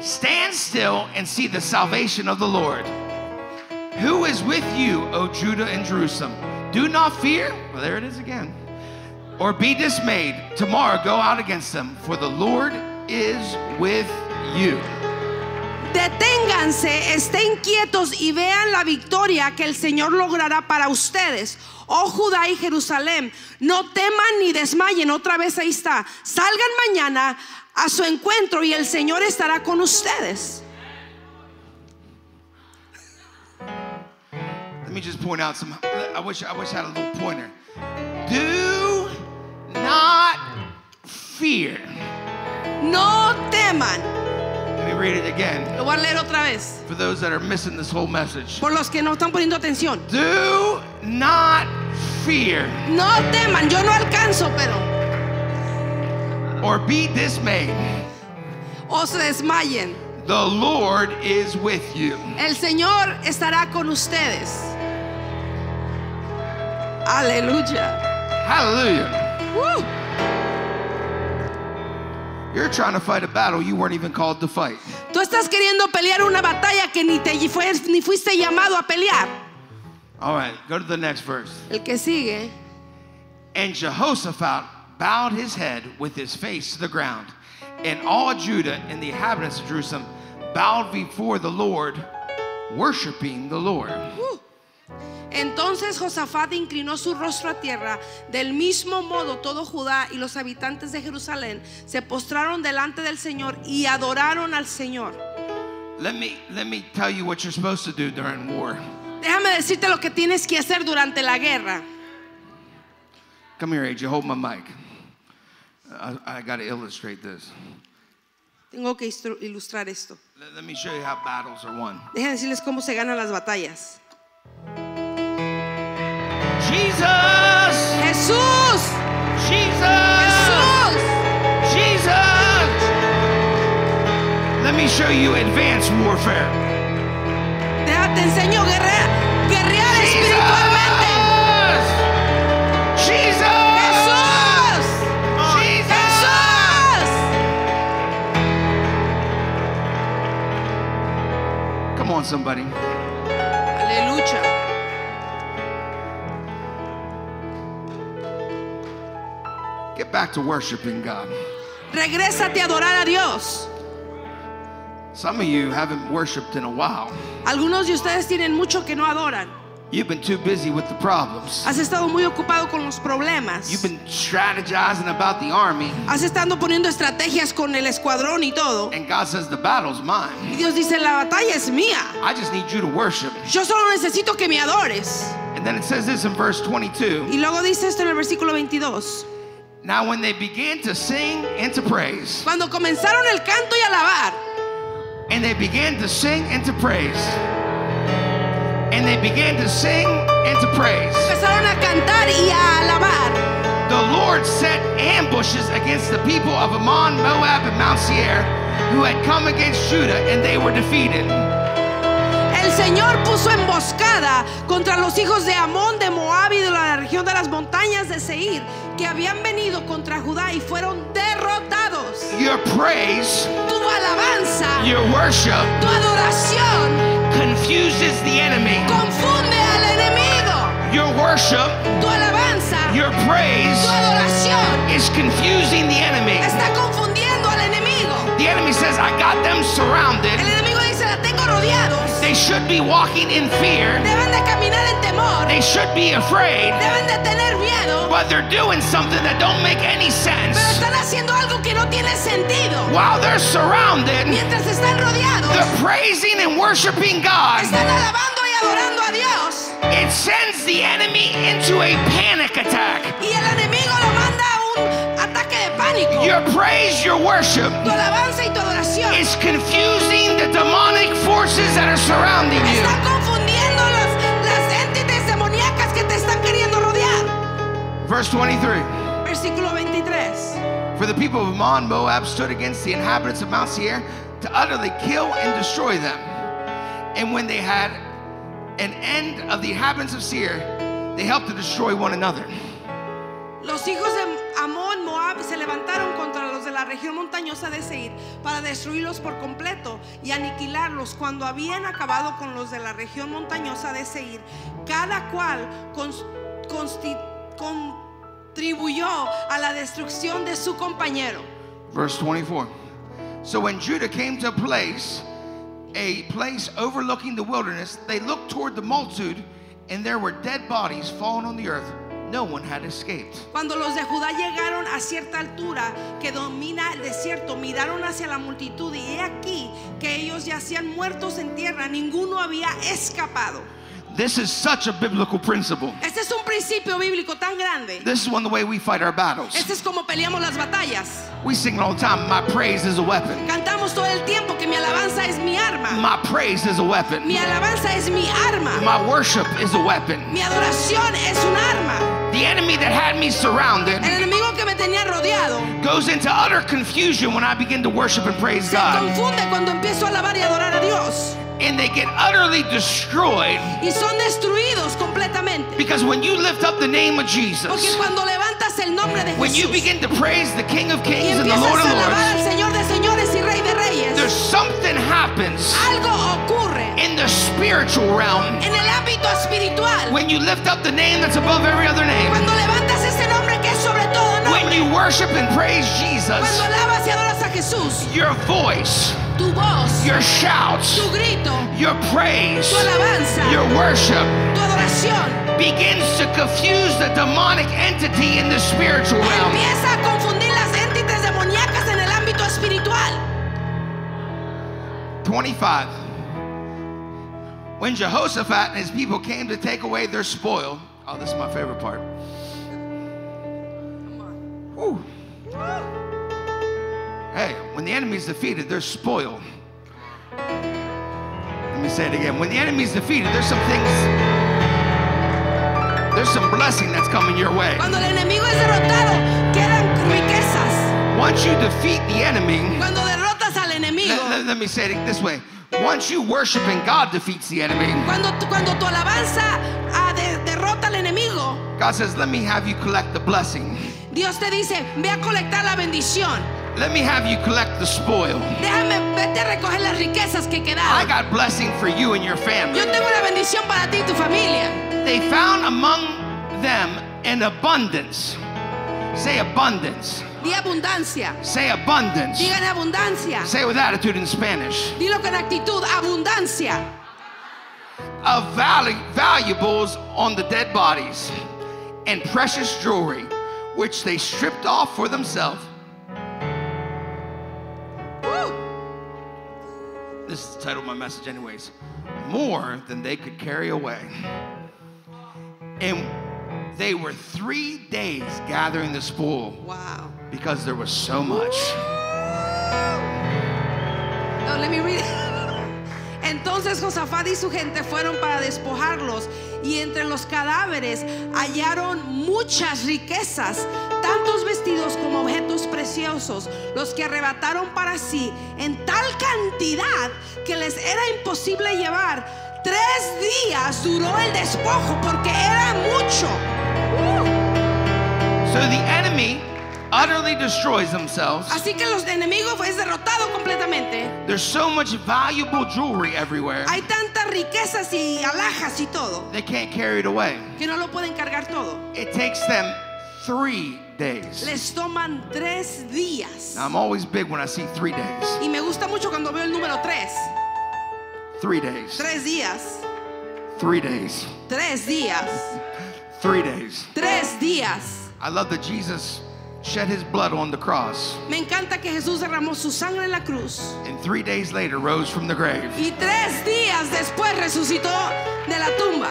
S1: stand still, and see the salvation of the Lord. Who is with you, O Judah and Jerusalem? Do not fear, well, there it is again, or be dismayed. Tomorrow go out against them, for the Lord is with you.
S2: Deténganse, estén quietos y vean la victoria que el Señor logrará para ustedes. Oh Judá y Jerusalén, no teman ni desmayen. Otra vez ahí está. Salgan mañana a su encuentro y el Señor estará con ustedes.
S1: Let me just point out some, I wish I, wish I had a little pointer. Do not fear.
S2: No teman.
S1: Let me read it again
S2: Lo voy a leer otra vez.
S1: for those that are missing this whole message.
S2: Por los que no están poniendo atención.
S1: Do not fear
S2: No teman, yo no alcanzo, pero.
S1: or be dismayed.
S2: O se desmayen.
S1: The Lord is with you.
S2: El Señor estará con ustedes. Aleluya.
S1: Hallelujah.
S2: ¡Uh!
S1: You're trying to fight a battle you weren't even called to fight.
S2: Tú estás queriendo pelear una batalla que ni te fue- ni fuiste llamado a pelear.
S1: All right, go to the next verse.
S2: El que sigue.
S1: And Jehoshaphat bowed his head with his face to the ground. And all Judah and the inhabitants of Jerusalem bowed before the Lord, worshiping the Lord.
S2: ¡Uh! Entonces Josafat inclinó su rostro a tierra. Del mismo modo, todo Judá y los habitantes de Jerusalén se postraron delante del Señor y adoraron al Señor.
S1: Let me let me tell you what you're supposed to do during war.
S2: Déjame decirte lo que tienes que hacer durante la guerra.
S1: Come here, AJ. Hold my mic. I, I got to illustrate this.
S2: Tengo que instru- ilustrar esto.
S1: Let, let me show you how battles are won.
S2: Déjenme decirles cómo se ganan las batallas.
S1: Jesus!
S2: Jesús,
S1: Jesus!
S2: Jesús.
S1: Jesus! Let me show you advanced warfare.
S2: Déjate, enseño guerrear, guerrear espiritualmente.
S1: Jesus! Jesus!
S2: Jesús,
S1: Jesus!
S2: Jesús.
S1: Come on, somebody.
S2: Aleluya.
S1: Get back to worshiping God.
S2: Regrésate a adorar a Dios.
S1: Some of you haven't worshiped in a while.
S2: Algunos de ustedes tienen mucho que no adoran.
S1: You've been too busy with the problems.
S2: Has estado muy ocupado con los problemas.
S1: You've been strategizing about the army,
S2: Has estado poniendo estrategias con el escuadrón y todo.
S1: and God says the battle's mine.
S2: Y Dios dice, la batalla es mía.
S1: I just need you to worship.
S2: Yo solo necesito que me adores.
S1: And then it says this in verse 22.
S2: Y luego dice esto en el versículo 22.
S1: Now, when they began to sing and to praise,
S2: Cuando comenzaron el canto y alabar,
S1: and they began to sing and to praise, and they began to sing and to praise,
S2: empezaron a cantar y a alabar.
S1: the Lord set ambushes against the people of Ammon, Moab, and Mount Seir, who had come against Judah, and they were defeated.
S2: El Señor puso emboscada contra los hijos de Amón, de Moab y de la región de las montañas de Seir, que habían venido contra Judá y fueron derrotados.
S1: Your praise,
S2: Tu alabanza,
S1: your worship
S2: tu adoración
S1: confuses the enemy.
S2: confunde al enemigo.
S1: Your worship,
S2: Tu alabanza,
S1: your praise
S2: tu adoración
S1: is confusing the enemy.
S2: está confundiendo al enemigo.
S1: The enemy says, I got them
S2: El
S1: surrounded.
S2: enemigo dice, la tengo rodeados.
S1: They should be walking in fear.
S2: Deben de caminar en temor.
S1: They should be afraid.
S2: Deben de tener miedo.
S1: But they're doing something that don't make any sense.
S2: Pero están haciendo algo que no tiene sentido.
S1: While they're surrounded,
S2: Mientras están rodeados,
S1: they're praising and worshiping God.
S2: están alabando y adorando a Dios.
S1: It sends the enemy into a panic attack.
S2: Y el enemigo lo manda a un ataque de pánico.
S1: Your praise, your worship
S2: Tu alabanza y tu adoración
S1: is confusing the demonic forces that are surrounding you.
S2: están confundiendo las, las entidades demoníacas que te están queriendo rodear.
S1: Verse 23.
S2: Versículo 23.
S1: For the people of Ammon, Moab stood against the inhabitants of Mount Seir to utterly kill and destroy them. And when they had an end of the inhabitants of Seir, they helped to destroy one another.
S2: Los hijos de Amón, Moab se levantaron contra los de la región montañosa de Seir para destruirlos por completo y aniquilarlos cuando habían acabado con los de la región montañosa de Seir. Cada cual cons- consti- contribuyó a la destrucción de su compañero.
S1: Verse 24. So when Judah came to a place, a place overlooking the wilderness, they looked toward the multitude, and there were dead bodies fallen on the earth. No one had escaped.
S2: Cuando los de Judá llegaron a cierta altura que domina el desierto, miraron hacia la multitud y he aquí que ellos yacían muertos en tierra, ninguno había escapado.
S1: This is such a biblical principle.
S2: Este es un principio bíblico tan grande.
S1: This is one of the way we fight our battles.
S2: Este es como peleamos las batallas.
S1: We sing it all the time. My praise is a weapon.
S2: Cantamos todo el tiempo que mi alabanza es mi arma.
S1: My praise is a weapon.
S2: Mi alabanza es mi arma.
S1: My worship is a weapon.
S2: Mi adoración es un arma.
S1: The enemy that had me surrounded
S2: El enemigo que me tenía rodeado
S1: goes into utter confusion when I begin to worship and praise
S2: se
S1: God.
S2: confunde cuando empiezo a alabar y adorar a Dios.
S1: And they get utterly destroyed
S2: Y son destruidos completamente.
S1: because when you lift up the name of
S2: Porque
S1: Jesus,
S2: cuando levantas el nombre de
S1: when you
S2: Jesús
S1: begin to praise the King of
S2: y
S1: Kings and the
S2: empiezas
S1: Lord of
S2: a alabar
S1: Lords,
S2: al Señor de señores y Rey de
S1: there's
S2: reyes,
S1: something happens
S2: algo ocurre
S1: in the spiritual realm.
S2: en el ámbito espiritual.
S1: When you lift up the name that's above every other name,
S2: Cuando levantas ese nombre que es sobre todo nombre.
S1: when you worship and praise Jesus,
S2: Cuando alabas y adoras a Jesús,
S1: your voice,
S2: tu voz,
S1: your shouts,
S2: tu grito,
S1: your praise,
S2: tu alabanza,
S1: your worship
S2: tu adoración
S1: begins to confuse the demonic entity in the spiritual realm.
S2: empieza a confundir las entidades demoníacas en el ámbito espiritual.
S1: 25. When Jehoshaphat and his people came to take away their spoil, oh, this is my favorite part. Whew. Hey, when the enemy's defeated, there's spoil. Let me say it again. When the enemy's defeated, there's some things, there's some blessing that's coming your way.
S2: Cuando el enemigo es derrotado, quedan riquezas.
S1: Once you defeat the enemy,
S2: Cuando derrotas al enemigo,
S1: let, let- let me say it this way. Once you worship and God defeats the enemy,
S2: cuando, tu- cuando tu alabanza ah, de- derrota al enemigo,
S1: God says, Let me have you collect the blessing.
S2: Dios te dice, ve a colectar la bendición.
S1: Let me have you collect the spoil.
S2: Déjame, vete a recoger las riquezas que
S1: I
S2: quedaron.
S1: got blessing for you and your family.
S2: Yo tengo una bendición para ti y tu familia.
S1: They found among them an abundance. Say abundance.
S2: Di abundancia.
S1: Say abundance.
S2: Digan abundancia.
S1: Say it with attitude in Spanish.
S2: Dilo con actitud, abundancia.
S1: Of valu- valuables on the dead bodies and precious jewelry, which they stripped off for themselves.
S2: Woo.
S1: This is the title of my message, anyways. More than they could carry away. And they were three days gathering the spoil
S2: Wow.
S1: because there was so much.
S2: No, let me read it. <laughs> Entonces Josafat y su gente fueron para despojarlos y entre los cadáveres hallaron muchas riquezas, tantos vestidos como objetos preciosos, los que arrebataron para sí en tal cantidad que les era imposible llevar. Tres días duró el despojo porque era mucho. Uh,
S1: So the enemy utterly destroys themselves.
S2: Así que los enemigos fue derrotado completamente.
S1: There's so much valuable jewelry everywhere,
S2: Hay tantas riquezas y alhajas y todo
S1: they can't carry it away.
S2: que no lo pueden cargar todo.
S1: It takes them three days.
S2: Les toman tres días.
S1: Now, I'm always big when I see three days.
S2: Y me gusta mucho cuando veo el número tres.
S1: Three days.
S2: Tres días.
S1: Three days.
S2: Tres días.
S1: Three days.
S2: Tres días.
S1: I love that Jesus shed his blood on the cross
S2: Me encanta que Jesús derramó su sangre en la cruz.
S1: and three days later rose from the grave.
S2: Y tres días después resucitó de la tumba.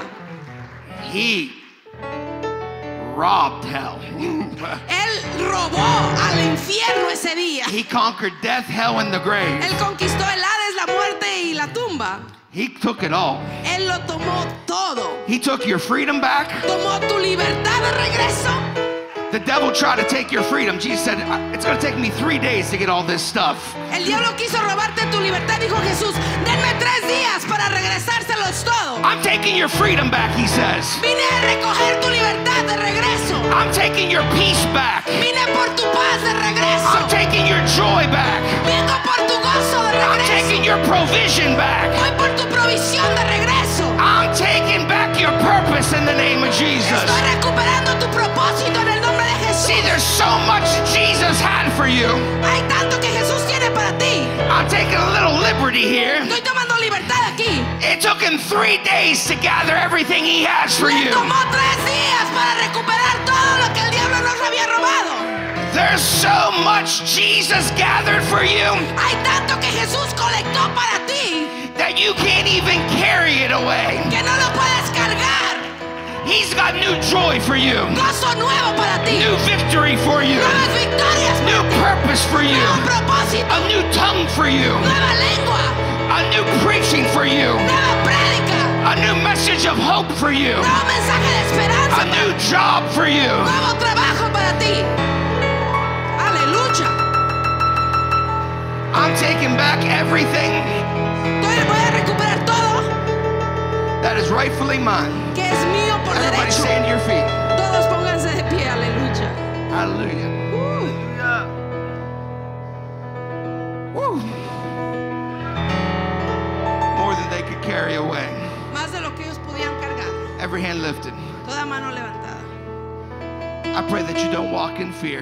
S1: He robbed hell. <laughs>
S2: Él robó al infierno ese día.
S1: he conquered death, hell, and the grave.
S2: Él conquistó el Hades, la muerte y la tumba.
S1: He took it all.
S2: Él lo tomó todo.
S1: He took your freedom back.
S2: Tomó tu libertad de regreso.
S1: The devil tried to take your freedom. Jesus said, "I- It's going to take me three days to get all this stuff.
S2: El diablo quiso robarte tu libertad, dijo Jesús. Denme tres días para regresárselos todo.
S1: I'm taking your freedom back, he says.
S2: Vine a recoger tu libertad de regreso.
S1: I'm taking your peace back.
S2: Vine por tu paz de
S1: I'm
S2: regreso.
S1: taking your joy back.
S2: Vengo por tu gozo de
S1: I'm
S2: regreso.
S1: taking your provision back.
S2: Voy por tu provisión de regreso.
S1: I'm taking back your purpose in the name of Jesus.
S2: Estoy recuperando tu propósito en el nombre de
S1: See,
S2: Jesús.
S1: there's so much Jesus had for you.
S2: Hay tanto que Jesús tiene para ti.
S1: I'm taking a little liberty here.
S2: Estoy tomando libertad aquí.
S1: It took him three days to gather everything he has for
S2: Me
S1: you.
S2: tomó tres días para recuperar todo lo que el diablo nos había robado.
S1: There's so much Jesus gathered for you
S2: Hay tanto que Jesús colectó para ti
S1: that you can't even carry it away.
S2: que no lo puedes cargar.
S1: He's got new joy for you,
S2: Gozo nuevo para ti.
S1: new victory for you,
S2: Nuevas victorias.
S1: new purpose for you,
S2: Nuevo propósito.
S1: a new tongue for you,
S2: Nueva lengua.
S1: a new preaching for you,
S2: Nueva prédica.
S1: a new message of hope for you,
S2: Nuevo mensaje de
S1: a
S2: esperanza.
S1: new job for you.
S2: Nuevo trabajo para ti. Aleluya.
S1: I'm taking back everything
S2: Entonces voy a recuperar todo
S1: that is rightfully mine.
S2: que es mío por
S1: Everybody
S2: derecho.
S1: stand to your feet.
S2: Todos pónganse de pie. Aleluya.
S1: Hallelujah.
S2: Uh,
S1: Woo. More than they could carry away.
S2: más de lo que ellos podían cargar.
S1: Every hand lifted.
S2: Toda mano levantada.
S1: I pray that you don't walk in fear,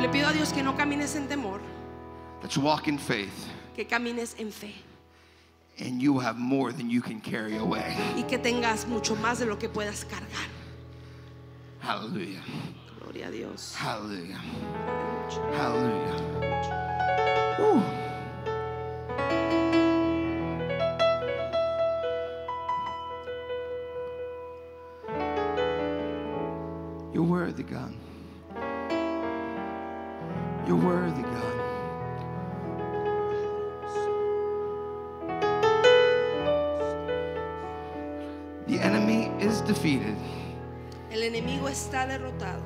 S2: Le pido a Dios que no camines en temor.
S1: that you walk in faith,
S2: que camines en fe
S1: and you will have more than you can carry away.
S2: y que tengas mucho más de lo que puedas cargar.
S1: Hallelujah.
S2: Gloria a Dios.
S1: Hallelujah. Hallelujah. Woo. You're worthy, God. You're worthy, God. The enemy is defeated.
S2: El enemigo está derrotado.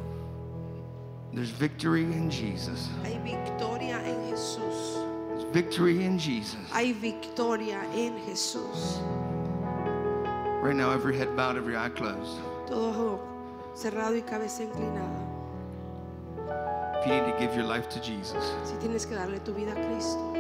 S1: There's victory in Jesus.
S2: Hay victoria en Jesús.
S1: There's victory in Jesus.
S2: Hay victoria en Jesús.
S1: Right now, every head bowed, every eye closed.
S2: Todo ojo cerrado y cabeza inclinada.
S1: If you need to give your life to Jesus,
S2: Si tienes que darle tu vida a Cristo,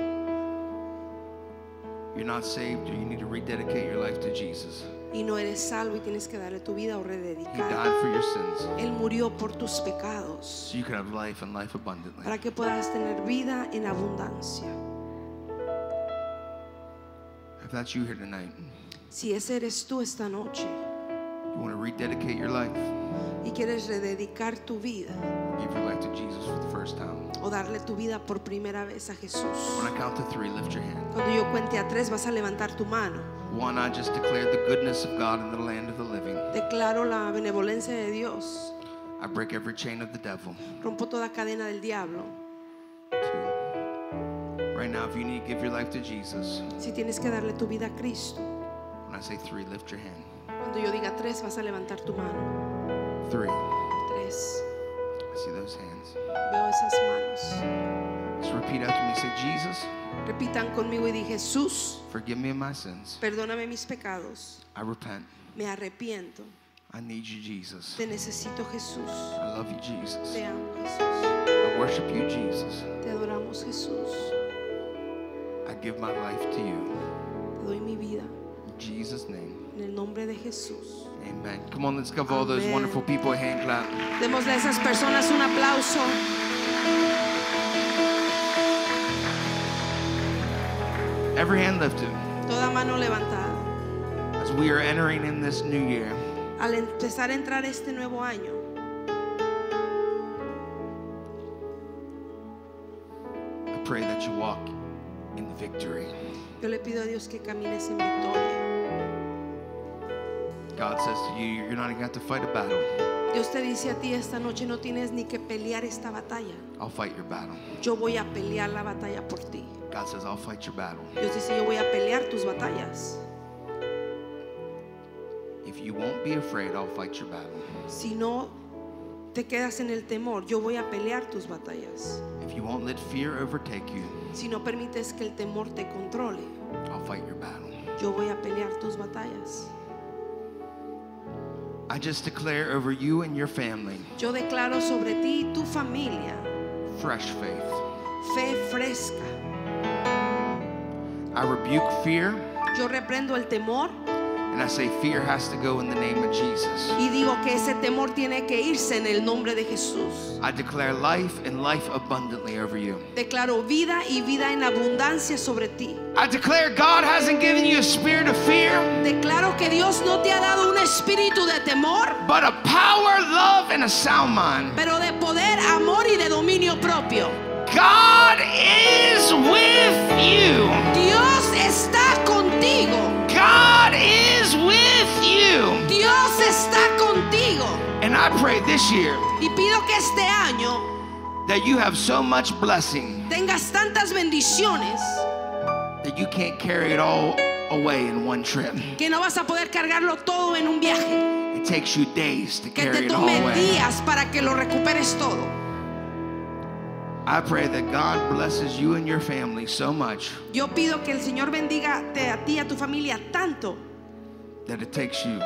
S1: you're not saved, or you need to rededicate your life to Jesus.
S2: y no eres salvo y tienes que darle tu vida o
S1: He
S2: rededicar.
S1: died for your sins
S2: Él murió por tus pecados
S1: so you could have life and life abundantly.
S2: para que puedas tener vida en abundancia.
S1: If that's you here tonight,
S2: Si ese eres tú esta noche
S1: you want to rededicate your life,
S2: y quieres rededicar tu vida
S1: give your life to Jesus for the first time.
S2: o darle tu vida por primera vez a
S1: When
S2: Jesús,
S1: I count to three, lift your hand.
S2: cuando yo cuente a tres vas a levantar tu mano.
S1: One, I just declared the goodness of God in the land of the living.
S2: Declaro la benevolencia de Dios.
S1: I break every chain of the devil.
S2: Rompo toda cadena del diablo.
S1: Two. Right now, if you need to give your life to Jesus,
S2: Si tienes que darle tu vida a Cristo,
S1: when I say three, lift your hand.
S2: cuando yo diga tres vas a levantar tu mano.
S1: Three. I
S2: Tres.
S1: see those hands.
S2: Veo esas manos.
S1: Just repeat after me. Say, Jesus,
S2: Repitan conmigo y di Jesús,
S1: forgive me of my sins.
S2: perdóname mis pecados.
S1: I repent.
S2: Me arrepiento.
S1: I need you, Jesus.
S2: Te necesito Jesús.
S1: I love you, Jesus.
S2: Te amo Jesús.
S1: I worship you, Jesus.
S2: Te adoramos Jesús.
S1: I give my life to you.
S2: Te doy mi vida
S1: In Jesus' name.
S2: en el nombre de Jesús.
S1: Amen. Come on, let's give all those
S2: Amen.
S1: wonderful people a hand clap.
S2: Démosle a esas personas un aplauso.
S1: Every hand lifted.
S2: Toda mano levantada.
S1: As we are entering in this new year,
S2: Al empezar a entrar este nuevo año,
S1: I pray that you walk in victory.
S2: yo le pido a Dios que camines en victoria.
S1: God says to you, you're not even going to have to fight a battle.
S2: Dios te dice a ti esta noche, no tienes ni que pelear esta batalla.
S1: I'll fight your battle.
S2: Yo voy a pelear la batalla por ti.
S1: God says, I'll fight your battle.
S2: Dios dice, yo voy a pelear tus batallas.
S1: If you won't be afraid, I'll fight your battle.
S2: Si no te quedas en el temor, yo voy a pelear tus batallas.
S1: If you won't let fear overtake you,
S2: Si no permites que el temor te controle,
S1: I'll fight your battle.
S2: yo voy a pelear tus batallas.
S1: I just declare over you and your family
S2: Yo declaro sobre ti y tu familia
S1: fresh faith.
S2: fe fresca.
S1: I rebuke fear
S2: Yo reprendo el temor
S1: and I say, fear has to go in the name of Jesus.
S2: y digo que ese temor tiene que irse en el nombre de Jesús.
S1: I declare life and life abundantly over you.
S2: Declaro vida y vida en abundancia sobre ti.
S1: I declare God hasn't given you a spirit of fear,
S2: Declaro que Dios no te ha dado un espíritu de temor,
S1: but a power, love, and a sound mind.
S2: pero de poder, amor y de dominio propio.
S1: God is with you.
S2: Dios está contigo.
S1: God is with you.
S2: Dios está contigo.
S1: And I pray this year
S2: Y pido que este año
S1: that you have so much blessing
S2: tengas tantas bendiciones
S1: that you can't carry it all away in one trip.
S2: que no vas a poder cargarlo todo en un viaje.
S1: It takes you days to
S2: Que te
S1: carry it all
S2: tome
S1: away.
S2: días para que lo recuperes todo.
S1: I pray that God blesses you and your family so much
S2: Yo pido que el Señor bendiga te- a ti y a tu familia tanto
S1: that it takes you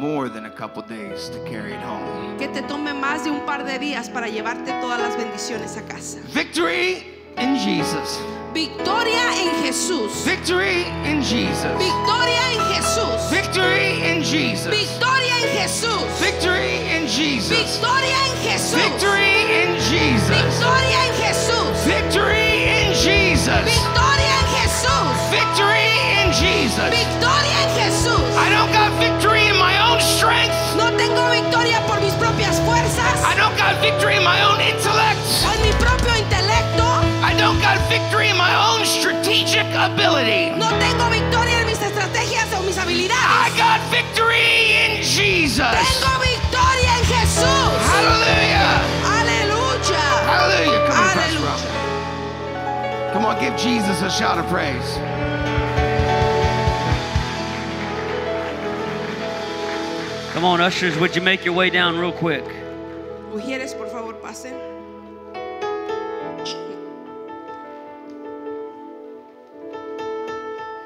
S1: more than a couple days to carry it home.
S2: que te tome más de un par de días para llevarte todas las bendiciones a casa.
S1: Victory in Jesus.
S2: Victoria en Jesús.
S1: Victory in Jesus.
S2: Victoria en Jesús.
S1: Victory in Jesus.
S2: Victoria en Jesús.
S1: Victory in Jesus.
S2: Victoria en Jesús.
S1: Victory in Jesus.
S2: Victoria en Jesús.
S1: Victory in Jesus.
S2: Victoria en Jesús.
S1: Victory in Jesus.
S2: Victoria en
S1: I
S2: Jesús.
S1: don't got victory in my own strength.
S2: No tengo victoria por mis propias
S1: I
S2: fuerzas
S1: don't got victory in my own
S2: o
S1: intellect.
S2: en mi propio intelecto.
S1: I don't got victory in my own strategic ability.
S2: No tengo victoria en mis estrategias o mis
S1: I
S2: habilidades.
S1: got victory in Jesus.
S2: Tengo victoria en Jesús.
S1: Hallelujah.
S2: Aleluya.
S1: Hallelujah. Come on, Pastor
S2: Aleluya.
S1: Rob. Come on, give Jesus a shout of praise.
S3: Come on, ushers, would you make your way down real quick?
S2: Mujeres, por favor, pasen.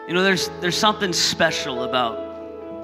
S3: You know, there's there's something special about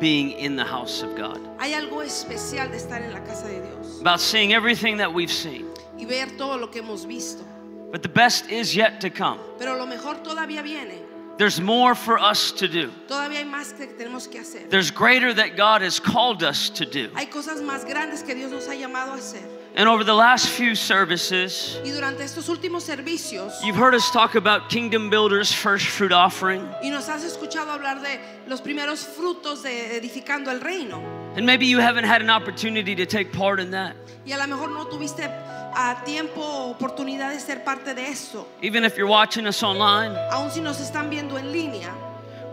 S3: being in the house of God,
S2: Hay algo especial de estar en la casa de Dios
S3: about seeing everything that we've seen.
S2: y ver todo lo que hemos visto.
S3: But the best is yet to come.
S2: Pero lo mejor todavía viene.
S3: There's more for us to do.
S2: Todavía hay más que tenemos que hacer.
S3: There's greater that God has called us to do.
S2: Hay cosas más grandes que Dios nos ha llamado a hacer.
S3: And over the last few services,
S2: Y durante estos últimos servicios,
S3: you've heard us talk about Kingdom Builders First Fruit Offering.
S2: y nos has escuchado hablar de los primeros frutos de edificando el reino,
S3: And maybe you haven't had an opportunity to take part in that.
S2: y a lo mejor no tuviste a tiempo o oportunidad de ser parte de eso,
S3: Even if you're watching us online,
S2: aun si nos están viendo en línea.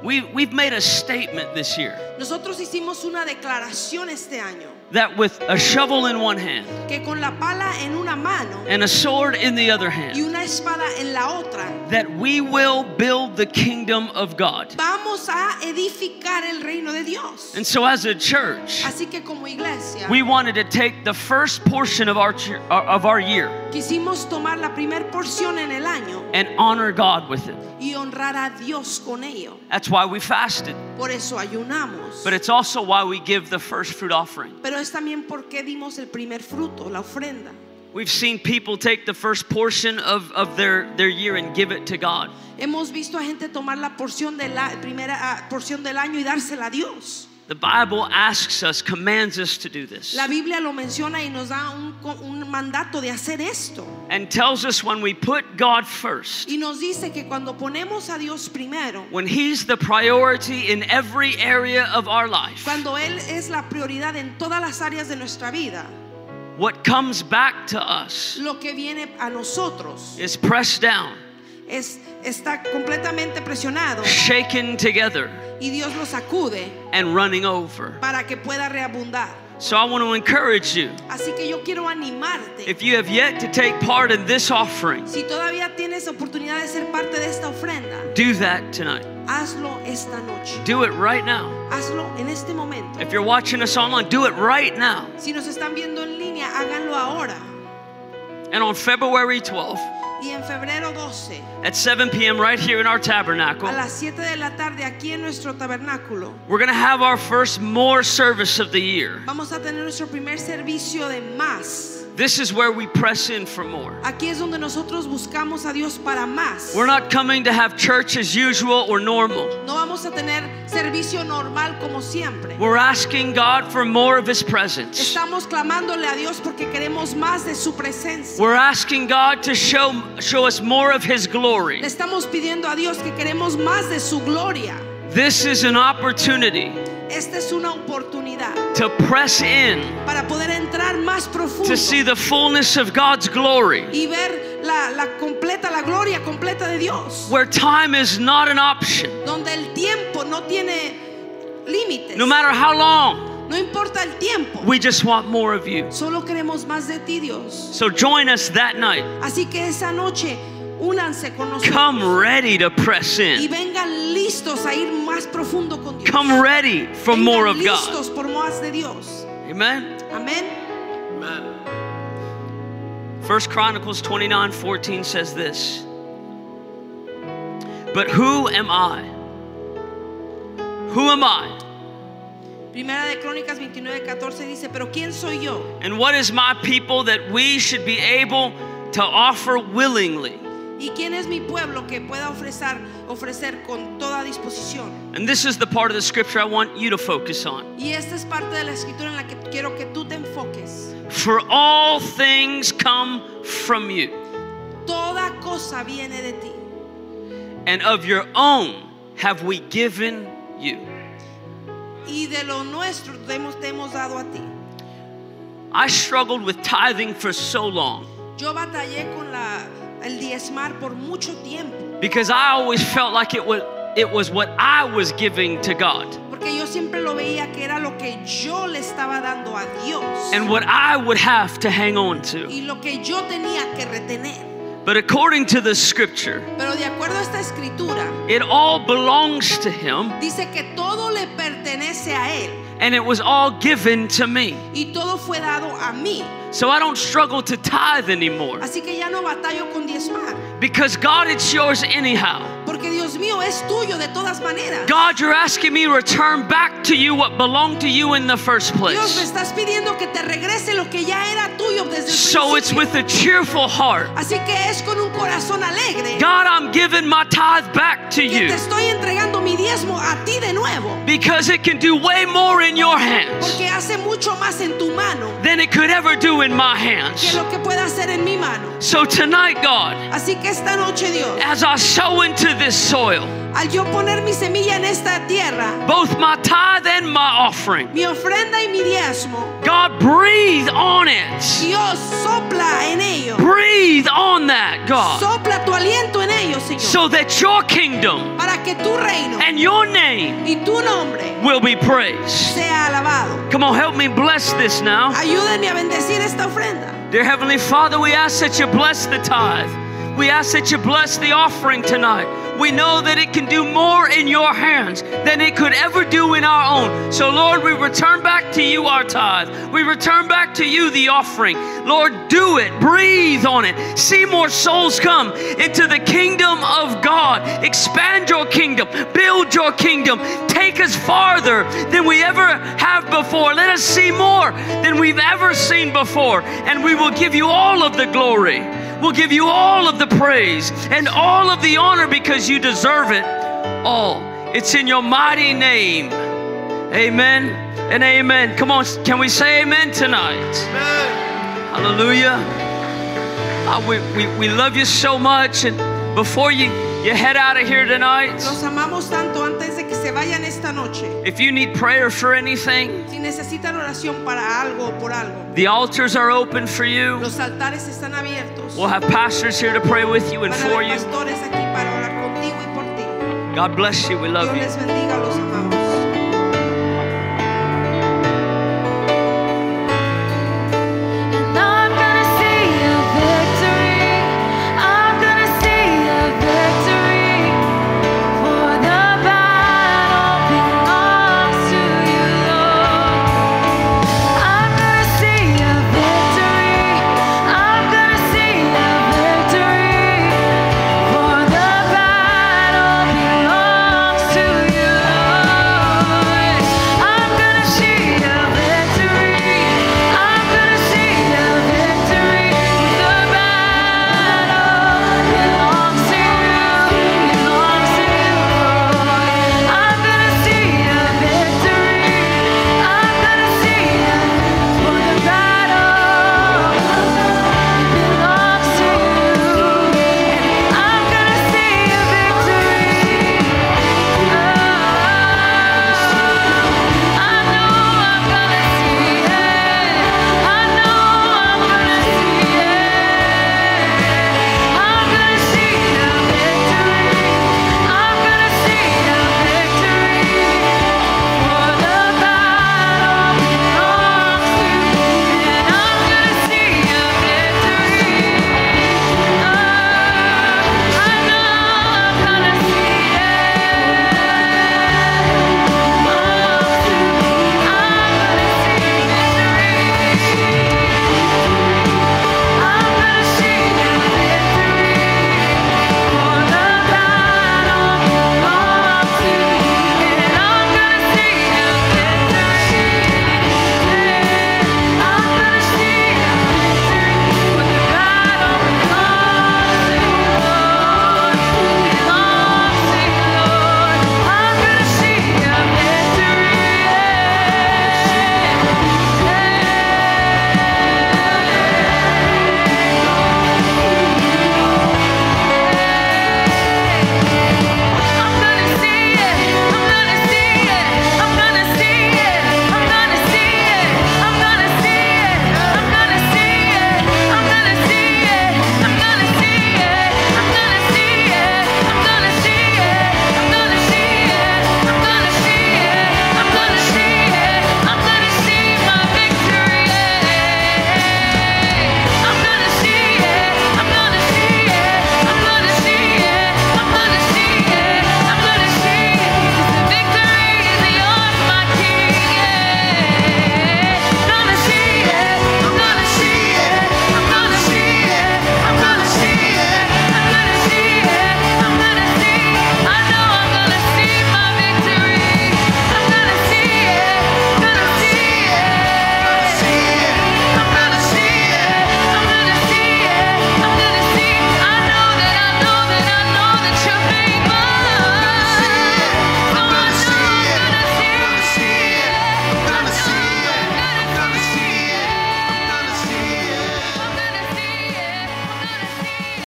S3: we, we've made a statement this year
S2: Nosotros hicimos una declaración este año
S3: that with a shovel in one hand
S2: que con la pala en una mano
S3: and a sword in the other
S2: y
S3: hand,
S2: una espada en la otra,
S3: that we will build the kingdom of God.
S2: vamos a edificar el reino de Dios.
S3: And so, as a church,
S2: Así que como iglesia
S3: we wanted to take the first portion of our, cheer- of our year
S2: quisimos tomar la primer porción en el año
S3: and honor God with it.
S2: y honrar a Dios con ello.
S3: That's why we fasted.
S2: Por eso ayunamos.
S3: But it's also why we give the first fruit offering.
S2: Pero es también porque dimos el primer fruto, la ofrenda.
S3: We've seen people take the first portion of, of their, their year and give it to God.
S2: Hemos visto a gente tomar la porción de la primera ah, porción del año y dársela a Dios.
S3: The Bible asks us, commands us to do this,
S2: La Biblia lo menciona y nos da un, co- un mandato de hacer esto.
S3: and tells us when we put God first,
S2: Y nos dice que cuando ponemos a Dios primero,
S3: when He's the priority in every area of our life,
S2: cuando Él es la prioridad en todas las áreas de nuestra vida,
S3: what comes back to us
S2: lo que viene a nosotros
S3: is pressed down,
S2: es, está completamente presionado
S3: shaken together,
S2: y Dios lo sacude
S3: and running over.
S2: para que pueda reabundar.
S3: So I want to encourage you
S2: Así que yo quiero animarte.
S3: if you have yet to take part in this offering,
S2: Si todavía tienes oportunidad de ser parte de esta ofrenda,
S3: do that tonight.
S2: hazlo esta noche.
S3: Do it right now.
S2: Hazlo en este momento.
S3: If you're watching us online, do it right now.
S2: Si nos están viendo en línea, háganlo ahora.
S3: And on February 12th
S2: Y en febrero 12,
S3: at 7 p.m., right here in our tabernacle,
S2: a las 7 de la tarde, aquí en nuestro tabernáculo,
S3: we're going to have our first more service of the year.
S2: vamos a tener nuestro primer servicio de más.
S3: This is where we press in for more.
S2: Aquí es donde nosotros buscamos a Dios para más.
S3: We're not coming to have church as usual or normal.
S2: No vamos a tener servicio normal como siempre.
S3: We're asking God for more of His presence.
S2: Estamos clamándole a Dios porque queremos más de su presencia.
S3: We're asking God to show, show us more of His glory.
S2: Le estamos pidiendo a Dios que queremos más de su gloria.
S3: This is an opportunity
S2: Esta es una oportunidad
S3: to press in
S2: para poder entrar más profundo
S3: to see the fullness of God's glory.
S2: y ver la, la completa, la gloria completa de Dios,
S3: where time is not an option.
S2: donde el tiempo no tiene límites.
S3: No matter how long,
S2: No importa el tiempo,
S3: we just want more of you.
S2: solo queremos más de ti, Dios.
S3: So join us that night.
S2: Así que esa noche, únanse con nosotros
S3: Come ready to press
S2: y
S3: in.
S2: vengan listos a ir más profundo con Dios.
S3: Come ready for
S2: Vengan
S3: more of God.
S2: listos por más de Dios.
S3: Amen.
S2: Amén.
S3: First Chronicles 29 14 says this. But who am I? Who am I?
S2: Primera de Crónicas 29, 14 dice, pero ¿quién soy yo?
S3: And what is my people that we should be able to offer willingly?
S2: ¿Y quién es mi pueblo que pueda ofrecer, ofrecer con toda disposición?
S3: And this is the part of the scripture I want you to focus on.
S2: Y esta es parte de la escritura en la que quiero que tú te enfoques.
S3: For all things come from you,
S2: Toda cosa viene de ti
S3: and of your own have we given you.
S2: y de lo nuestro te hemos, te hemos dado a ti.
S3: I struggled with tithing for so long
S2: Yo batallé con la, el diezmar por mucho tiempo
S3: because I always felt like it was, it was what I was giving to God
S2: porque yo siempre lo veía que era lo que yo le estaba dando a Dios
S3: and what I would have to hang on to.
S2: y lo que yo tenía que retener.
S3: But according to the scripture,
S2: Pero de acuerdo a esta escritura,
S3: it all belongs to Him
S2: dice que todo le pertenece a Él
S3: and it was all given to me.
S2: y todo fue dado a mí.
S3: So I don't struggle to tithe anymore
S2: Así que ya no batallo con diezmar,
S3: because God, it's yours anyhow.
S2: porque Dios mío es tuyo de todas maneras.
S3: God, you're asking me to return back to you what belonged to you in the first
S2: Dios me
S3: place.
S2: estás pidiendo que te regrese lo que ya era tuyo desde el
S3: So it's
S2: principio.
S3: with a cheerful heart.
S2: Así que es con un corazón alegre
S3: God, I'm I'm giving my tithe back to
S2: que
S3: you
S2: te estoy entregando mi diezmo a ti de nuevo,
S3: because it can do way more in your hands
S2: porque hace mucho más en tu mano
S3: than it could ever do in my
S2: que
S3: hands.
S2: lo que pueda hacer en mi mano.
S3: So tonight, God,
S2: Así que esta noche, Dios,
S3: as I sow into this soil,
S2: al yo poner mi semilla en esta tierra,
S3: both my tithe and my offering,
S2: mi ofrenda y mi diezmo,
S3: God, breathe on it.
S2: Dios sopla en ello,
S3: Breathe on that, God,
S2: sopla tu aliento en ello, Señor,
S3: so that your kingdom
S2: para que tu reino
S3: and your name
S2: y tu nombre
S3: will be praised.
S2: sea alabado.
S3: Come on, help me bless this now.
S2: Ayúdenme a bendecir esta ofrenda.
S3: Dear Heavenly Father, we ask that you bless the tithe. We ask that you bless the offering tonight. We know that it can do more in your hands than it could ever do in our own. So, Lord, we return back to you our tithe. We return back to you the offering. Lord, do it. Breathe on it. See more souls come into the kingdom of God. Expand your kingdom. Build your kingdom. Take us farther than we ever have before. Let us see more than we've ever seen before. And we will give you all of the glory. We'll give you all of the praise and all of the honor because you deserve it all. It's in your mighty name. Amen and amen. Come on, can we say amen tonight? Hallelujah. Ah, we, we, we love you so much. And before you, you head out of here tonight,
S2: Los amamos tanto antes de que se vayan esta noche.
S3: if you need prayer for anything,
S2: Si necesitan oración para algo o por algo,
S3: the altars are open for you.
S2: los altares están abiertos.
S3: We'll have pastors here to pray with you and
S2: Van a
S3: for
S2: haber
S3: you.
S2: pastores aquí para orar contigo y por ti.
S3: God bless you. We love
S2: Dios
S3: you.
S2: les bendiga, los amamos.